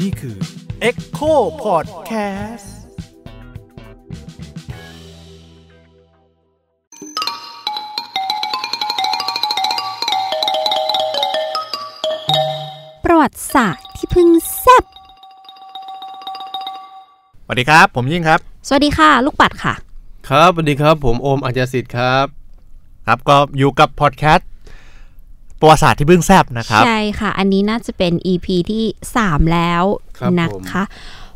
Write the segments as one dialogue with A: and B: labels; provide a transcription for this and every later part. A: นี่คือ
B: Echo Podcast
C: ประวัติศาสตร์ที่เพิ่งแซ่บ
B: สวัสดีครับ ผมยิ่งครับ
C: สวัสดีค่ะ ลูกปัดค่ะ
D: ครับสวัสดีครับ ผมโอมอาจารย์สิทธิ์ครับ
B: ครับก็อยู่กับ Podcast ประวัติศาสตร์ที่เพิ่งแซบนะครับ
C: ใช่ค่ะ อันนี้น่าจะเป็น EP ที่ 3 แล้ว
D: ครับ
C: นะ
D: ผม
C: คะ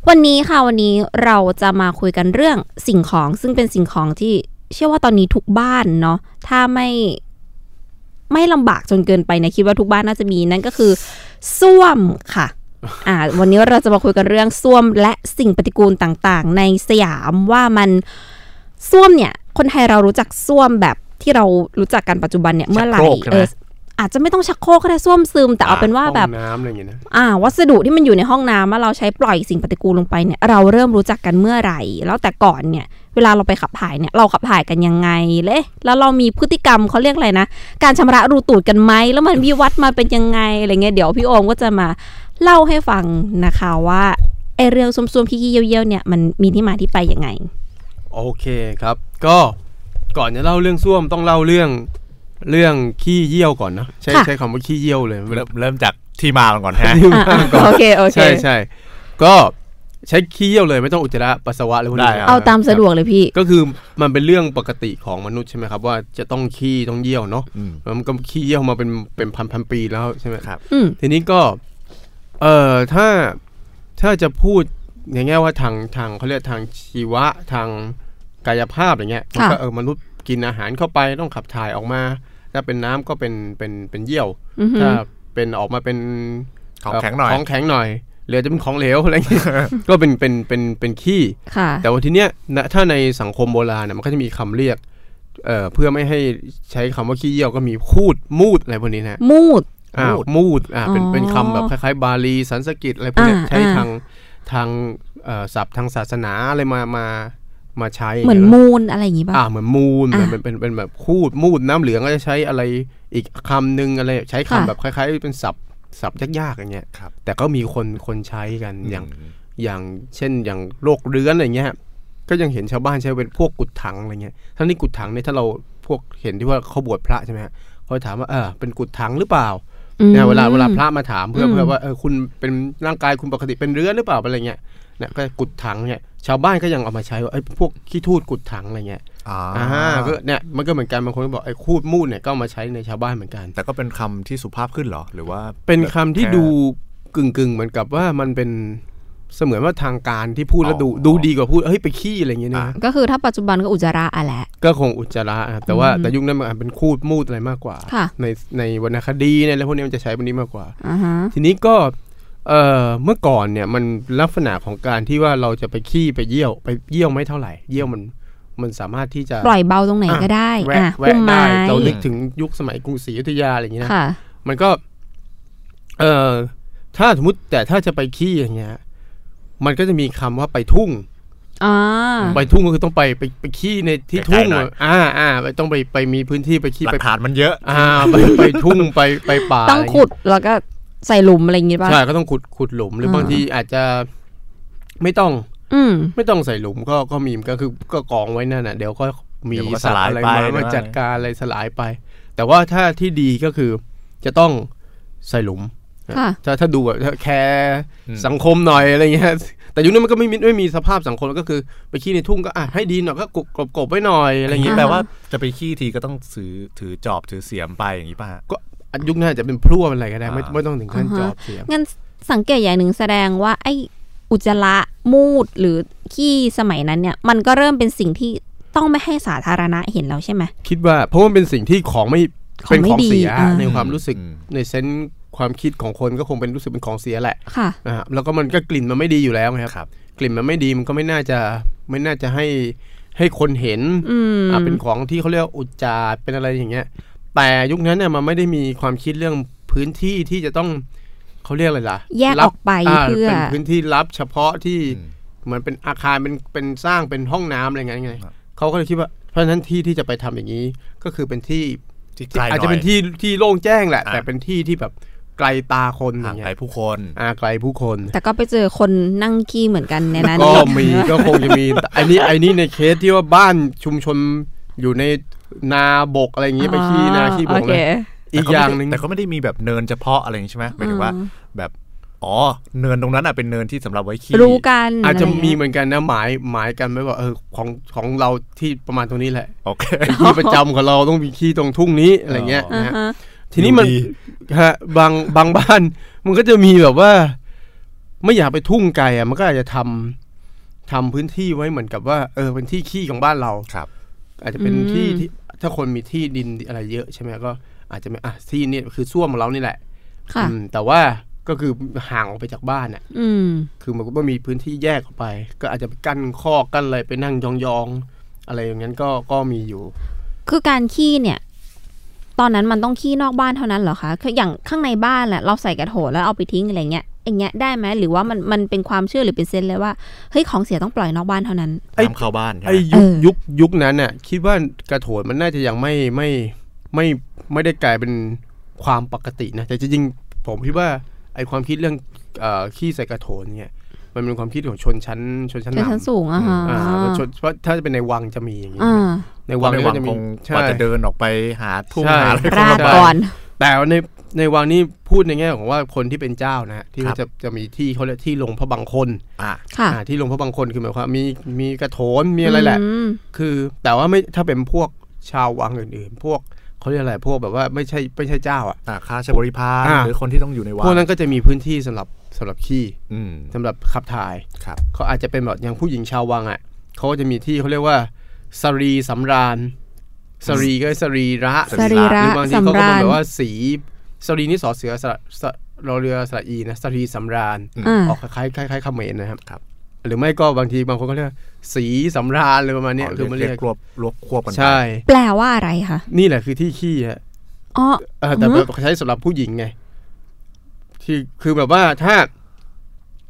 C: วันนี้ค่ะวันนี้เราจะมาคุยกันเรื่องสิ่งของซึ่งเป็นสิ่งของที่เชื่อว่าตอนนี้ทุกบ้านเนาะถ้าไม่ไม่ลำบากจนเกินไปนะคิดว่าทุกบ้านน่าจะมีนั่นก็คือส้วมค่ะ อ่า วันนี้เราจะมาคุยกันเรื่องส้วมและสิ่งปฏิกูลต่างๆ ในสยามว่ามันส้วมเนี่ย คนไทยเรารู้จักส้วมแบบที่เรารู้จักกันปัจจุบันเนี่ยเมื่อไหร่
B: ชักโครกใช่ไหม
C: เออ อาจจะไม่ต้องชักโครกก็ได้ส้วมซึม แต่เอาเป็นว่าแบบ
D: ห้องน้ำอะไรอย่างเงี้ยนะ
C: อ่า วัสดุที่มันอยู่ในห้องน้ำว่าเราใช้ปล่อยสิ่งปฏิกูลลงไปเนี่ย เราเริ่มรู้จักกันเมื่อไหร่ แล้วแต่ก่อนเนี่ย เวลาเราไปขับถ่ายเนี่ย เราขับถ่ายกันยังไงเละแล้วเรามีพฤติกรรมเขาเรียกอะไรนะ การชำระรูตูดกันไหม แล้วมันวิวัฒน์มาเป็นยังไงอะไรเงี้ย เดี๋ยวพี่โอมก็จะมาเล่าให้ฟังนะคะว่าไอเรื่องส้วมๆขี้ๆเยี่ยวๆเนี่ยมันมีที่มาที่ไปยังไง
D: โอเคครับ ก็ก่อนจะเล่าเรื่องส้วมต้องเล่าเรื่องเรื่องขี้เยี่ยวก่อนนะใช่
C: ค่ะ
D: ใช้คำว่าขี้เยี่ยวเลย
B: เริ่มเริ่มจากที่มาก่อน ฮะ
C: อ่ะอ่ะโอเคโอเค
D: ใช่ใช่ก็ใช้ขี้เยี่ยวเลยไม่ต้องอุจจาระปัสสาวะอะไรพวกนี้
B: ได้ครับ
C: เอาตามสะดวกเลยพี่
D: ก็คือมันเป็นเรื่องปกติของมนุษย์ใช่ไหมครับ ว่าจะต้องขี้ต้องเยี่ยวเนาะ
B: อืม
D: แล้วมันก็ขี้เยี่ยวมาเป็นเป็นพันพันๆปีแล้วใช่ไหม
B: ครับ
C: อืม
D: ทีนี้ก็ เอ่อ ถ้า ถ้าจะพูดในแง่ว่าทาง ทางเขาเรียกทางชีวะ ทางกายภาพอย่างเงี้ยมันก็
C: ค่ะ
D: เออมนุษย์กินอาหารเข้าไปต้องขับถ่ายออกมา ถ้าเป็นน้ำก็เป็น เป็น เป็นเยี่ยว
C: อือหือ
D: ถ้าเป็นออกมาเป็น
B: ของแข็งหน่อย
D: ของแข็งหน่อย เหลือจะเป็นของเหลวอะไรเงี้ย ก็เป็น เป็น เป็น เป็นขี้
C: ค่ะ
D: แต่ว่าทีเนี้ยนะถ้าในสังคมโบราณเนี่ยมันก็จะมีคำเรียก เอ่อ เพื่อไม่ให้ใช้คำว่าขี้เยี่ยวก็มีคูด มูดอะไรพวกนี้นะ
C: มูด
D: อ่า
B: มูด
D: มูดอ่าเป็น
C: อ๋อ
D: เป็นคำแบบคล้ายๆ บาลีสันสกฤตอะไรพวกเนี้ย
C: อ่า
D: ใช้
C: อ่า
D: ทางทางเอ่อศัพท์ทางศาสนาอะไรมามามาใช้ย่าง
C: เหมือน
D: งี้ย
C: มูนอะไรอย่างงี้ป่ะ
D: อ่าเหมือนมูล
C: อ่า
D: เหมือนเป็นเป็นเป็นแบบคูดมูดน้ำเหลืองก็จะใช้อะไรอีกคำหนึ่งอะไรใช้คำ
C: ค่ะ
D: แบบคล้ายๆ เป็นศัพท์ศัพท์ยากๆอย่างเงี้ย
B: ครับ
D: แต่ก็มีคนคนใช้กันอย่างอย่างเช่นอย่างโรคเรื้อนอะไรเงี้ยก็ยังเห็นชาวบ้านใช้เป็นพวกกุดถังอะไรเงี้ยทั้งนี้กุดถังเนี่ยถ้าเราพวกเห็นที่ว่าเขาบวชพระใช่ไหมฮะเขาจะถามว่าเออเป็นกุดถังหรือเปล่า เนี่ยเวลาเวลาพระมาถามเพื่อ
C: อืม
D: เพื่อว่าเออคุณเป็นร่างกายคุณปกติเป็นเรื้อนหรือเปล่าอะไรเงี้ยเนี่ยก็กุดถังเนี่ยชาวบ้านก็ยังเอามาใช้ว่าไอ้ยพวกขี้ทูดกุดถังอะไรเงี้ย
B: อ่า
D: อ่าก็เนี่ยมันก็เหมือนกันบางคนก็บอกไอ้คูดมูดเนี่ยก็เอามาใช้ในชาวบ้านเหมือนกัน
B: แต่ก็เป็นคำที่สุภาพขึ้นเหรอ หรือว่า
D: เป็นคำที่
B: แ
D: ดูกึ่งกึ่งๆเหมือนกับว่ามันเป็นเสมือนว่าทางการที่พูดแล้วดู
B: อ๋อ
D: ดูดีกว่าพูดเฮ้ยไปขี้อะไรเงี้ยนะ
B: อ่ะ
C: ก็คือถ้าปัจจุบันก็อุจจาระอะแหละ
D: ก็คงอุจจาระอะแต่ว่า
C: อืม
D: แต่ยุคนั้นมันอาจเป็นคูดมูดอะไรมากกว่า
C: ค่ะ
D: ในในวรรณคดีในอะไรพวกนี้มันจะใช้แบบนี้มากกว่า
C: อ่าฮะ
D: ทีนี้ก็เอ่อเมื่อก่อนเนี่ยมันลักษณะของการที่ว่าเราจะไปขี้ไปเยี่ยวไปเยี่ยวไม่เท่าไหร่ เยี่ยวมันมันสามารถที่จะ
C: ปล่อยเบาตรงไหนก็ได้
D: แวะ
C: อ่ะ
D: แวะ
C: พุ่มไม้
D: ได้เรานึกถึงยุคสมัยกรุงศรีอยุธยาอะไรอย่างเงี้ยนะ
C: ค่ะ
D: มันก็เอ่อถ้าสมมติแต่ถ้าจะไปขี้อย่างเงี้ยมันก็จะมีคำว่าไปทุ่ง
C: อ่า
D: ไปทุ่งก็คือต้องไปไปไปขี้ในที่
B: ไกลๆ
D: ทุ่ง
B: หน่อย
D: อ่าอ่าไปต้องไปไปมีพื้นที่ไปขี้
B: หลั
D: ไป
B: กฐานมันเยอะ
D: อ่าไปไปทุ่งไปไปป่า
C: ต้อง
D: ะไรเย
C: ขุดแล้วก็ใส่หลุมอะไรอย่างงี้ป่ะ
D: ใช่ก็ต้องขุดขุดหลุมหรืออบางทีอาจจะไม่ต้อง
C: อืม
D: ไม่ต้องใส่หลุมก็ก็มีก็คือก็กองไว้นั่นน่ะเดี๋ยวก็มี
B: เดี๋ยวมันก็
D: สัตว์อะไร
B: สลาย
D: มา
B: ไป
D: มา
B: ได้
D: จัดการอะไรสลายไป แต่ว่าถ้าที่ดีก็คือจะต้องใส่หลุม
C: ค่ะ
D: ถ้าถ้าดูแบบถ้าแคร์สังคมหน่อยอะไรเงี้ยแต่ยุคนั้นมันก็ไม่มีไม่มีสภาพสังคมก็คือ ไปขี้ในทุ่งก็อ่ะให้ดีหน่อยก็กบกบกบไว้หน่อยอะไร
B: อย่างนี้
D: เงี้ย
B: แปลว่าจะไปขี้ทีก็ต้องถือถือจอบถือเสียมไปอย่างนี้ป่ะฮะ
D: ก็อ่ะยุคหน้าจะเป็นพลั่วเป็นอะไรก็ได้ไม่
B: อ่า
D: ไม่ต้องถึงขั้น
C: อ่าฮะ
D: จอบเสียม
C: งั้นสังเกตอย่างหนึ่งแสดงว่า ไออุจจาระมูดหรือขี้สมัยนั้นเนี่ย มันก็เริ่มเป็นสิ่งที่ต้องไม่ให้สาธารณะเห็นแล้วใช่ไหม
D: คิดว่าเพราะว่ามันเป็นสิ่งที่ของไม่
C: ของ
D: เป็น
C: ไม่
D: ของ
C: ดี
D: เสีย
C: อ่า
D: ในความรู้สึก
B: อืม
D: ในเซนส์ความคิดของคนก็คงเป็นรู้สึกเป็นของเสียแหละ
C: ค่ะ
D: นะฮะแล้วก็มันก็กลิ่นมันไม่ดีอยู่แล้วไงค
B: ครั
D: รับ บ กลิ่นมันไม่ดีมันก็ไม่น่าจะไม่น่าจะให้ให้คนเห็น
C: อืม
D: อ่ะเป็นของที่เขาเรียกว่าอุจจาระเป็นอะไรอย่างเงี้ย แต่ยุคนั้นเนี่ยมันไม่ได้มีความคิดเรื่องพื้นที่ที่จะต้องเขาเรียกอะไรล่ะ
C: แยก
D: รับ
C: ออกไปเพื่อ
D: เป็นพื้นที่รับเฉพาะที่
B: อืม
D: เหมือนเป็นอาคารเป็นเป็นสร้างเป็นห้องน้ำอะไรเงี้ยไงเขาก็เลยคิดว่าเพราะฉะนั้นที่ที่จะไปทำอย่างนี้ก็คือเป็นที่
B: ที่ไกลหน่อย
D: อาจจะเป็นที่ที่โล่งแจ้งแหละ
B: อ่ะ
D: แต่เป็นที่ที่แบบ ไกลตาคนอ
B: ห่าง
D: ย่างเงี้
B: ไกล
D: ย
B: ผู้คน
D: อ่าไกลผู้คน
C: แต่ก็ไปเจอคนนั่งขี้เหมือนกันในนั้น
D: ก็
C: อี
D: มีก็คงจะมี ไอ้นี่ไอ้นี่ในเคสที่ว่าบ้านชุมชนอยู่ในนาบกอะไรอย่างงี้ไปขี้นาขี้บ
C: โอกเค
D: เลยอีกอย่างหนึ่ง
B: แต่ก็ไม่ได้มีแบบเนินเฉพาะอะไรอย่างนี้ใช่ไหมหมายถึงว่า แบบอ๋อเนินตรงนั้นอ่ะเป็นเนินที่สำหรับไว้ขี่
C: รู้กัน
D: อาจจะมี
C: ไร
D: เหมือนกันนะหมายหมายกันไว้ว่าเออของของเราที่ประมาณตรงนี้แหละ
B: โอเค
D: ที่ประจำของเราต้องมีขี้ตรงทุ่งนี้อะไรเงี้ย
C: อย่างเงี้ยอ่า
D: นะฮะ
C: ฮะ
D: ทีนี้มัน
B: ดูดี
D: ฮะบางบางบ้าน มันก็จะมีแบบว่า ไม่อยากไปทุ่งไกลอ่ะมันก็อาจจะทำทำพื้นที่ไว้เหมือนกับว่า เออเป็นที่ขี้ของบ้านเรา
B: ครับ
D: อาจจะเป็นที่ที่ถ้าคนมีที่ดินอะไรเยอะใช่ไหมก็อาจจะไม่อ่ะที่เนี่ยคือส้วมของเรานี่แหละ
C: ค่ะ
D: อืมแต่ว่าก็คือห่างออกไปจากบ้านน่ะ
C: อืม
D: คือมันก็ไม่มีพื้นที่แยกออกไป ก็อาจจะไปกั้นคอกกั้นอะไรไปนั่งยองๆ อะไรอย่างนั้นก็ก็มีอยู่
C: คือการขี้เนี่ย ตอนนั้นมันต้องขี้นอกบ้านเท่านั้นเหรอคะคืออย่างข้างในบ้านแหละเราใส่กระโถนแล้วเอาไปทิ้งอะไรเงี้ยอย่างเงี้ยได้ไหมหรือว่ามันมันเป็นความเชื่อหรือเป็นเซนส์เลยว่าเฮ้ยของเสียต้องปล่อยนอกบ้านเท่านั้น
D: ไอ้
B: น้ำเข้าบ้านใช่
D: ไอ้
B: ไหม
C: เอ
D: ยุค
C: อ
D: ยุคยุคนั้นน่ะคิดว่ากระโถนมันน่าจะยังไม่ไม่ไม่ไม่ได้กลายเป็นความปกตินะแต่จริงๆผมคิดว่าไอ้ความคิดเรื่องเอ่อขี้ใส่กระโถนเนี่ย มันเป็นความคิดของชนชั้นชนชั้น
C: เป็นชั้น
D: นำ
C: สูงอะฮะ
D: อ่าชนเพราะถ้าจะเป็นในวังจะมีอย่างนี้
C: อ่า
D: ใน
B: วั
D: วั
B: ง
D: ง
B: ใน
D: เนี่ย
B: วั
D: ก็
B: ง
D: จะ
B: ค
D: มี
B: ง
D: ใช่
B: ว่าจะเดินออกไปหาทุ่ง
D: ใช่
B: หาอะไร
C: ราก
B: ไป
C: ก่อน
D: แต่ว่าในในวังนี่พูดในแง่ของว่าคนที่เป็นเจ้านะฮะที่
B: ครั
D: เขา
B: บ
D: จะจะมีที่เขาเรียกที่ลงพระบางคน
B: อ่ะ
C: ค่ะ
D: อ่าที่ลงพระบางคนคือหมายความมีมีกระโถนมีอะไรแหละ
C: ม
D: คือแต่ว่าไม่ถ้าเป็นพวกชาววังอื่นๆ พวกเขาเรียกอะไรพวกแบบว่าไม่ใช่ไม่ใช่เจ้าอ่ะ
B: อ่ะค่าใช้บริพาร
D: อ่ะ
B: หรือคนที่ต้องอยู่ในวัง
D: พวกนั้นก็จะมีพื้นที่สำหรับสำหรับขี้
B: อืม
D: สำหรับขับถ่าย
B: ครับ
D: เขาอาจจะเป็นแบบอย่างผู้หญิงชาววังอ่ะเขาก็จะมีที่เขาเรียกว่าสรีสำราญสรีก็สรีระ
C: สรี
D: ห
C: ระ
D: รือบางทีเขาก็
C: สำ
D: บอ
C: ราก ญ
D: แบบว่าสีสรีนี่สอเสือสระสระรอเรือสระอีนะสรีสำราญ
C: อ่า
D: ออกคล้ายคล้ายคล้ายเขมรนะครับ หรือไม่ก็บางทีบางคนก็เรียกว่าสีสำราญเลยประมาณเนี้ยคือมันเรียก
B: รวบรวบควบกันไป
D: ใช่
C: แปลว่าอะไรคะ
D: นี่แหละคือที่ขี้ฮะ
C: อ๋อ
D: เออแต่
C: อือฮึ
D: แบบใช้สำหรับผู้หญิงไงที่คือแบบว่าถ้า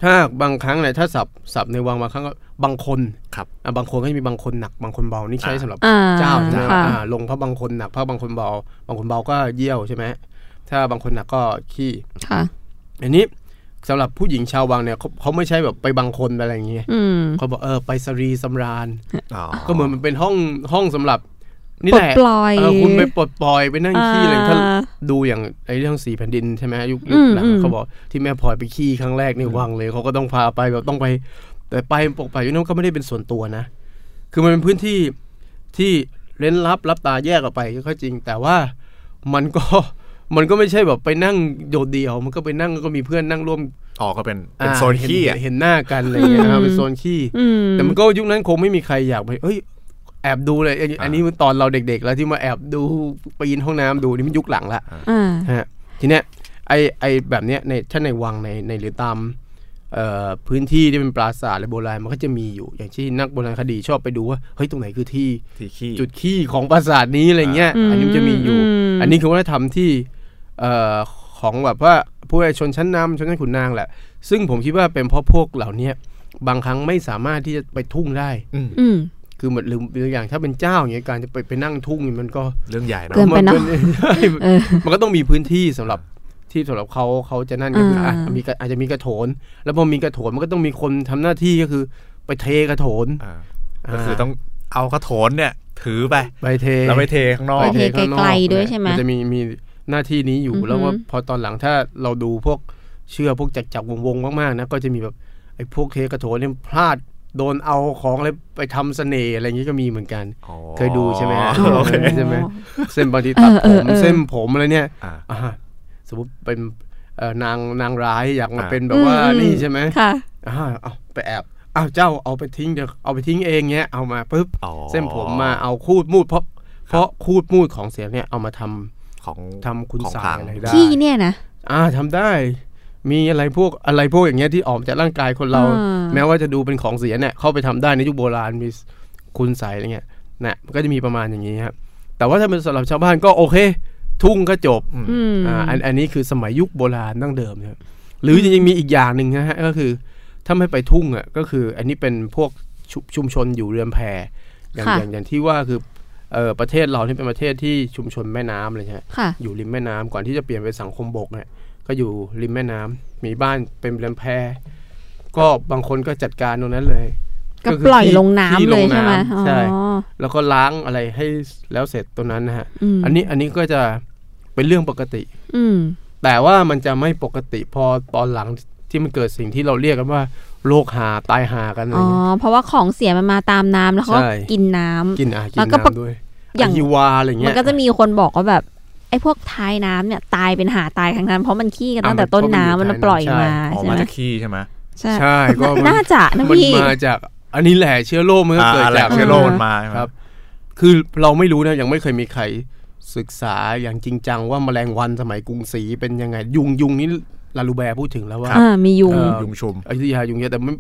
D: ถ้าบางครั้งเนี่ยถ้าสับสับในวังบางครั้งก็บางคน
B: ครับ
D: อ่ะบางคนก็จะมีบางคนหนักบางคนเบานี่ใช้สำหรับ
C: อ่า
D: เจ้าใช่ไหม
C: ค่ะ
D: อ่าลงพระบางคนหนักพระบางคนเบา บางคนเบาก็เยี่ยวใช่ไหมถ้าบางคนหนักก็ขี้
C: ค่ะ
D: อันนี้สำหรับผู้หญิงชาววังเนี่ยเขาเขาไม่ใช่แบบไปบางคนไปอะไรอย่างเงี้ย
C: อืม
D: เขาบอกเออไปสรีสำราญ ก็เหมือนมันเป็นห้องห้องสำหรับ นี่
C: ปล
D: แห
C: ด
D: ละ
C: ปล่อย
D: เออคุณไปปลดปล่อยไปนั่งขี้อะไรถ้า
C: อ่า
D: ดูอย่างไอ้เรื่องสีแผ่นดินใช่ไหมยุค
C: อื
D: ยุค
C: ม
D: หลัง
C: อืม
D: เขาบอกที่แม่พลอยไปขี้ครั้งแรกในวังเลยเขาก็ต้องพาไปแบบต้องไป แต่ไปปกไปอยู่นั่นก็ไม่ได้เป็นส่วนตัวนะ คือมันเป็นพื้นที่ที่เร้นลับรับตาแยกออกไปก็จริง แต่ว่ามันก็ มันก็ไม่ใช่แบบไปนั่งโดดเดี่ยว มันก็ไปนั่งแล้วก็มีเพื่อนนั่งร่วม
B: อ๋อก็เป็นเป็น
D: อ่า
B: โซนขี้อ่ะ
D: เห็นเห็นหน้ากันอะไรอย่างเงี้ยนะครับเป็นโซนขี้
C: อืม
D: แต่มันก็ยุคนั้นคงไม่มีใครอยากไปเอ้ย แอบดูเลยอันนี้อันนี้ตอนเราเด็ก ๆ แล้วที่มาแอบดูปีนห้องน้ำดูนี่มันยุคหลังละ
C: อ่า
D: ฮะทีเนี้ยไอไอแบบเนี้ยในถ้าในวังในในหรือตามเอ่อพื้นที่ที่เป็นปราสาทหรือโบราณมันก็จะมีอยู่ อย่างที่นักโบราณคดีชอบไปดูว่าเฮ้ยตรงไหนคือที่
B: ที่ขี้
D: จุดขี้ของปราสาทนี้อะไรเงี้ย
C: อืม
D: อันนี้มันจะมีอยู่
C: อืม
D: อันนี้คือวัฒนธรรมที่เอ่อของแบบว่าผู้ชนชั้นนำชนชั้นขุนนางแหละ ซึ่งผมคิดว่าเป็นเพราะพวกเหล่าเนี้ยบางครั้งไม่สามารถที่จะไปทุ่งได้
B: อืม
C: อืม
D: คือเหมือนหรือหรืออย่างถ้าเป็นเจ้าอย่างเงี้ยการจะไปไปนั่งทุ่งเนี่ยมันก็
B: เรื่องใหญ่เนาะ
C: เกินไปเนอะ
D: มัใช่
C: เออ
D: มันก็ต้องมีพื้นที่สำหรับที่สำหรับเขาเขาจะนั่นก็คือ
C: อ่า
D: อาจมีกระอาจจะมีกระโถน แล้วพอมีกระโถนมันก็ต้องมีคนทำหน้าที่ก็คือ ไปเทกระโถน
B: อ่าก็คือต้องเอากระโถนเนี่ย ถือไป
D: ไปเท
B: แล้วไปเทข้างนอก
C: ไปเท
D: ข้างนอ
C: ไกลๆด้วยใช่ไหม
D: นจะมีมีหน้าที่นี้อยู่
C: อือหือ
D: แล้วว่าพอตอนหลังถ้าเราดูพวกเชื่อพวกจักจักรวงๆมากๆนะก็จะมีแบบไอ้พวกเทกระโถนเนี่ยพลาดโดนเอาของอะไรไปทำเสน่ห์อะไรอย่างเงี้ยก็มีเหมือนกัน
B: อ๋อ
D: เคยดูใช่ไหมฮะ
B: โอเค
D: ใช่ไหม เส้นบางทีตัด
C: เอ
D: ผ
C: อเอ
D: ม
C: อเออ
D: เส้นผมอะไรเนี่ย
B: อ่า
D: อ่าสมมติเป็นเอ่อนางนางร้ายอยากมา
B: อ่า
D: เป็นแบบว่า
C: อืม
D: นี่ใช่ไหม
C: ค่ะ
D: อ่าเอาไปแอบอ้าวเจ้าเอาไปทิ้งเดี๋ยวเอาไปทิ้งเองเงี้ยเอามาปุ๊บ
B: อ๋อ
D: เส้นผมมาเอาคูดมูดเพราะเพราะคูดมูดของเสียเนี่ยเอามาทำ
B: ของ
D: ทำคุณ
B: ของ
D: สา
B: ขลั
D: ย
B: ง
D: อะไรได้
C: ขี้เนี่ยนะ
D: อ่าทำได้ มีอะไรพวกอะไรพวกอย่างเงี้ยที่ออกมาจากร่างกายคนเรา
C: อ่า
D: แม้ว่าจะดูเป็นของเสียเนี่ยเข้าไปทำได้ในยุคโบราณมีคุณใสยอะไรเงี้ยนะมันก็จะมีประมาณอย่างนี้ครับแต่ว่าถ้าเป็นสำหรับชาวบ้านก็โอเค ทุ่งก็จบ
C: อืม
D: อ่าอันอันนี้คือสมัยยุคโบราณดั้งเดิมนะครับหรือจริงๆมีอีกอย่างหนึ่งนะฮะก็คือ ถ้าไม่ไปทุ่งอ่ะก็คือ อันนี้เป็นพวกชุชุมชนอยู่เรือนแพอย่างอย่างอย่างที่ว่าคือเออประเทศเรานี่เป็นประเทศที่ชุมชนแม่น้ำเลยใช่ไหม
C: ค่ะ
D: อยู่ริมแม่น้ำก่อนที่จะเปลี่ยนเป็นสังคมบกเนี่ย ก็อยู่ริมแม่น้ำมีบ้านเป็นลำแพก็บางคนก็จัดการตรงนั้นเลย
C: ก็
D: คื
C: ปล่อย
D: ที่
C: ลงน้ำ
D: ที่
C: เลยใช่ไหม
D: น้ำ
C: อ๋อ
D: ใช่ แล้วก็ล้างอะไรให้แล้วเสร็จตรงนั้นนะฮะ
C: ม
D: อันนี้อันนี้ก็จะเป็นเรื่องปกติ
C: อืม
D: แต่ว่ามันจะไม่ปกติพอตอนหลังที่มันเกิดสิ่งที่เราเรียกกันว่าโรคหาตายหากันอะไร
C: อ๋อ
D: เงี้ย
C: เพราะว่าของเสียมันมาตามน้ำแล้วเขาก็
D: ใช่
C: กินน้ำ
D: กินอาหารกิน
C: แล้วก็ปะ
D: น้ำด้วย
C: อ
D: อย่าง ฮิวาอะไร
C: มั
D: เงี้
C: น
D: ย
C: ก็จะมีคนบอกว่าแบบไอ้พวกท้ายน้ำเนี่ยตายเป็นหาตายทั้งนั้น เพราะมันขี้กันตั้งแต่ต้นน้ำมันปล่อยมา
B: ออก
C: ใช่
B: มา
C: ไหม
B: จากขี้ใช่ไหม
C: ใช่
D: ใช่ก็มัน
C: น่าจะนะ
D: มัน
C: พี่
D: มาจากอันนี้แหละเชื้อโรคมันก็
B: อ่า
D: เกิด
B: อะไร
D: จาก
B: เชื้อโรคมันมาใช่ไหม
D: ครับ คือเราไม่รู้นะยังไม่เคยมีใครศึกษาอย่างจริงจังว่าแมลงวันสมัยกรุงศรีเป็นยังไง ยุงยุงนี่ลาลูแบร์พูดถึงแล้วว่า
C: อ่ามียุง
D: เออ
B: ยุงชุม
D: อยุธยายุงเยอะแต่ไม่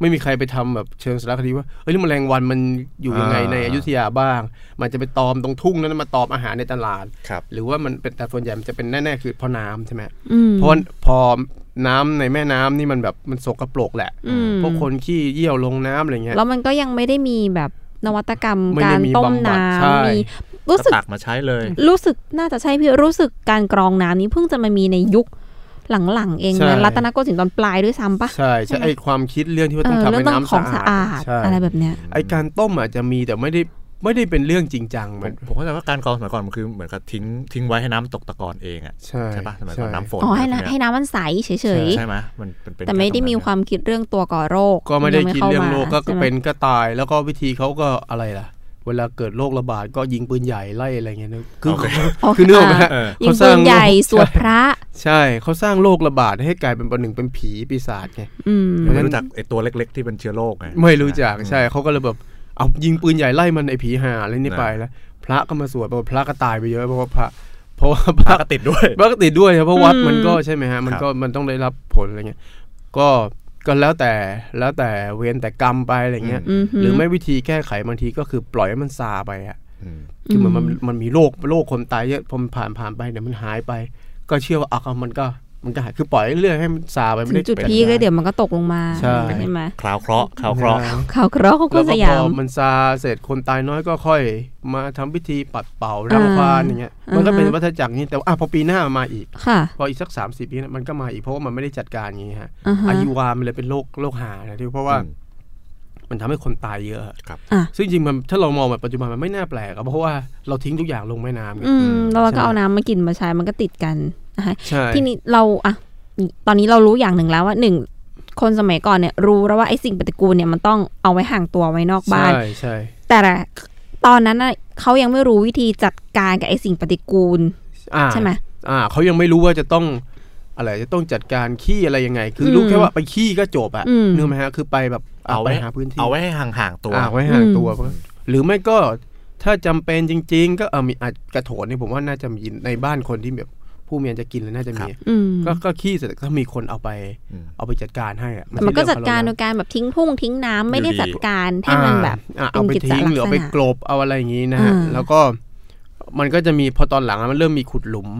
D: ไม่มีใครไปทำแบบเชิงสารคดีว่าเอ้ยนี่แมลงวันมันอยู่ยังไง
B: อ่า
D: ในอยุธยาบ้าง มันจะไปตอมตรงทุ่งนั้นมาตอมอาหารในตลาด
B: ครับ
D: หรือว่ามันเป็นแต่ส่วนใหญ่มันจะเป็นแน่ๆคือเพอน้ำใช่ไหม
C: อืม
D: เพราะพอน้ำในแม่น้ำนี่มันแบบมันสกปรกแหละ
C: อืม
D: พวกคนขี้เยี่ยวลงน้ำอะไรเงี้ย
C: แล้วมันก็ยังไม่ได้มีแบบนวัตกรรม
D: ไม่ได้
C: การ
D: มี
C: ต้ม
D: บำบัด
C: น้
D: ใช่
C: ำมีรู้สึก
B: ตักมาใช้เลย
C: รู้สึกน่าจะใช่พี่รู้สึกการกรองน้ำนี้เพิ่งจะมามีในยุคหลังๆเอง
D: ใช่
C: นะรัตนโกสินทร์ตอนปลายด้วยซ้ำปะ
D: ใช่ใช่ไอความคิดเรื่องที่ว่า
C: เอ
D: ต้อง
C: อ
D: ทำ
C: เรื่อง
D: ให้
C: ต้อง
D: น้ำ
C: ของ
D: สะ
C: สะ
D: อา
C: อา
D: ด
C: ด
D: ใช่
C: อะไรแบบเนี้ย
D: ไอการต้มอาจจะมีแต่ไม่ได้ไม่ได้เป็นเรื่องจริงจัง
B: ผ
D: มั
B: ม
D: น
B: ผมเข้าใจว่าการกรองสมัยก่อนมันคือเหมือนกับทิ้งทิ้งไว้ให้น้ำตกตะกอนเองอ่ะ
D: ใช่
B: ใช่ปะสมัยก่
D: ใช่
B: อนน้ำฝน
C: อ๋อให้น้ำ
B: แบบ
C: ให้
B: เนี้ย
C: น้ำมันใสเฉย
B: ใช่ไหมมันเป็นเป็น
C: ๆ แต่ไม่ได้มี
B: รงนั้น
C: ความคิดเรื่องตัวก่อโรค
D: ก็ไม่ได้คิดเรื่องโรคก็
C: ใช่ไหม
D: เป็นก็ตายแล้วก็วิธีเขาก็อะไรล่ะ เวลาเกิดโรคระบาดก็ยิงปืนใหญ่ไล่อะไรเงี้ยนะคือ
B: โอเค
D: คือเนื้ออกไหมฮะ
B: เออ
C: ยิง
D: เขาส
C: ปื
D: ร้าง
C: นใหญ่
D: โรค
C: สวดพระ
D: ใช่เขาสร้างโรคระบาดให้กลายเป็นประหนึ่งเป็นผีปีศาจไง
C: อืม
D: เพราะฉะนั้
B: ไม่
D: น
B: รู้จักไอ้ตัวเล็กๆที่เป็นเชื้อโรคไง
D: ไม่รู้จัก
B: อืม
D: ใช่เขาก็เลยแบบเอายิงปืนใหญ่ไล่มันไอผีหาอะไรนี่
B: นะ
D: ไปแล้ว พระก็มาสวดเพราะว่าพระก็ตายไปเยอะเพราะว่าพระเพราะว่า พระ
B: ก็ติดด้วย
D: ปกติด้วยครับเพราะวัดมันก็
C: อืม
D: ใช่ไหมฮะมันก็มันต้องได้รับผลอะไรเงี้ยก็ก็แล้วแต่แล้วแต่เวรแต่กรรมไปอะไรเงี้ย
C: อื
D: หรือไม่วิธีแก้ไขบางทีก็คือปล่อยให้มันซาไปอะ
B: อืม
D: คือเหมันมันมันมีโรคโรคคนตายเยอะพอมันผ่านผ่านไปเดี๋ยวมันหายไป ก็เชื่อว่าอ่ะมันก็มันก็หายคือปล่อยเรื่อยๆให้มันซาไป
C: ถึ
D: ไม่
C: ง
D: ได้
C: จุด
D: ป็น
C: พีค
D: อะ
C: เล
D: ไร
C: ยเดี๋ยวมันก็ตกลงมา
D: ใช่
C: ไหม
B: คราวเคราะห์คราวเคราะห์
D: ใช่
C: ข่าวเคราะห์ของคุ
D: แล้
C: ณ
D: ว
C: ส
D: ก็
C: ยา
D: พอ
C: ม
D: มันซาเสร็จคนตายน้อยก็ค่อยมาทำพิธีปัดเป่ารังควานอย่างเงี้ยมันก็เป็น
C: อ่าฮะ
D: วัฏจักรนี้แต่ว่าอ่ะพอปีหน้ามาอีก
C: ค่ะ
D: พออีกสักสามสี่ปีนะมันก็มาอีกเพราะว่ามันไม่ได้จัดการอย่างงี้ฮะ
C: อ่าฮะ
D: อายุวามันเลยเป็นโรคโรคหานะที่เพราะว่ามันทำให้คนตายเยอะอะ
B: ครับ
D: อ่ะซึ่งจริงๆมันถ้าเรามองแบบปัจจุบันมันไม่น่าแปลกอะเพราะว่าเราทิ้งทุกอย่างลงแม่น้ำไง
C: อืมแล้วเราก็เอาน้ำมากินมาใช้มันก็ติดกันนะคะ
D: ใช่
C: ทีนี้เราอะตอนนี้เรารู้อย่างหนึ่งแล้วว่าหนึ่งคนสมัยก่อนเนี่ยรู้แล้วว่าไอ้สิ่งปฏิกูลเนี่ยมันต้องเอาไว้ห่างตัวไว้นอกบ้าน
D: ใช่ใช่
C: แต่ละตอนนั้นน่ะเขายังไม่รู้วิธีจัดการกับไอสิ่งปฏิกูล
D: อ่า
C: ใช่ไหม
D: อ่าเขายังไม่รู้ว่าจะต้องอะไรจะต้องจัดการขี้อะไรยังไง คืออ
C: ม
D: รู้แค่ว่าไปขี้ก็จบอะ
C: อืม
D: นึกไหมฮะคือไปแบบะ
B: เอา
D: ไป
B: ไว้
D: หาพื้นที่
B: เอาไว้ให้ห่างๆตัว
D: อ่าไว้ห่างตัวหรือไม่ก็ถ้าจำเป็นจริง ๆ ก็เออมีอาจกระโถนนี่ผมว่าน่าจะมีในบ้านคนที่แบบผู้มีอันจะกินเลยน่าจะมี
C: อืม
D: ก็ก็ขี้เสร็จก็มีคนเอาไป
B: อืม
D: เอาไปจัดการให้อะ
C: แต่มันก็
D: ไใช่
C: จัดการโด
D: เอย
C: การแบบทิ้งทุ่งทิ้งน้ำไม่ได้จัดการให้มันแบบ
D: อ่าเอาไปทิ้งหรือเอาไปกลบเอาอะไรอย่างนี้นะฮะ
C: อ่า
D: แล้วก็มันก็จะมีพอตอนหลังอะมันเริ่มมีขุดหลุม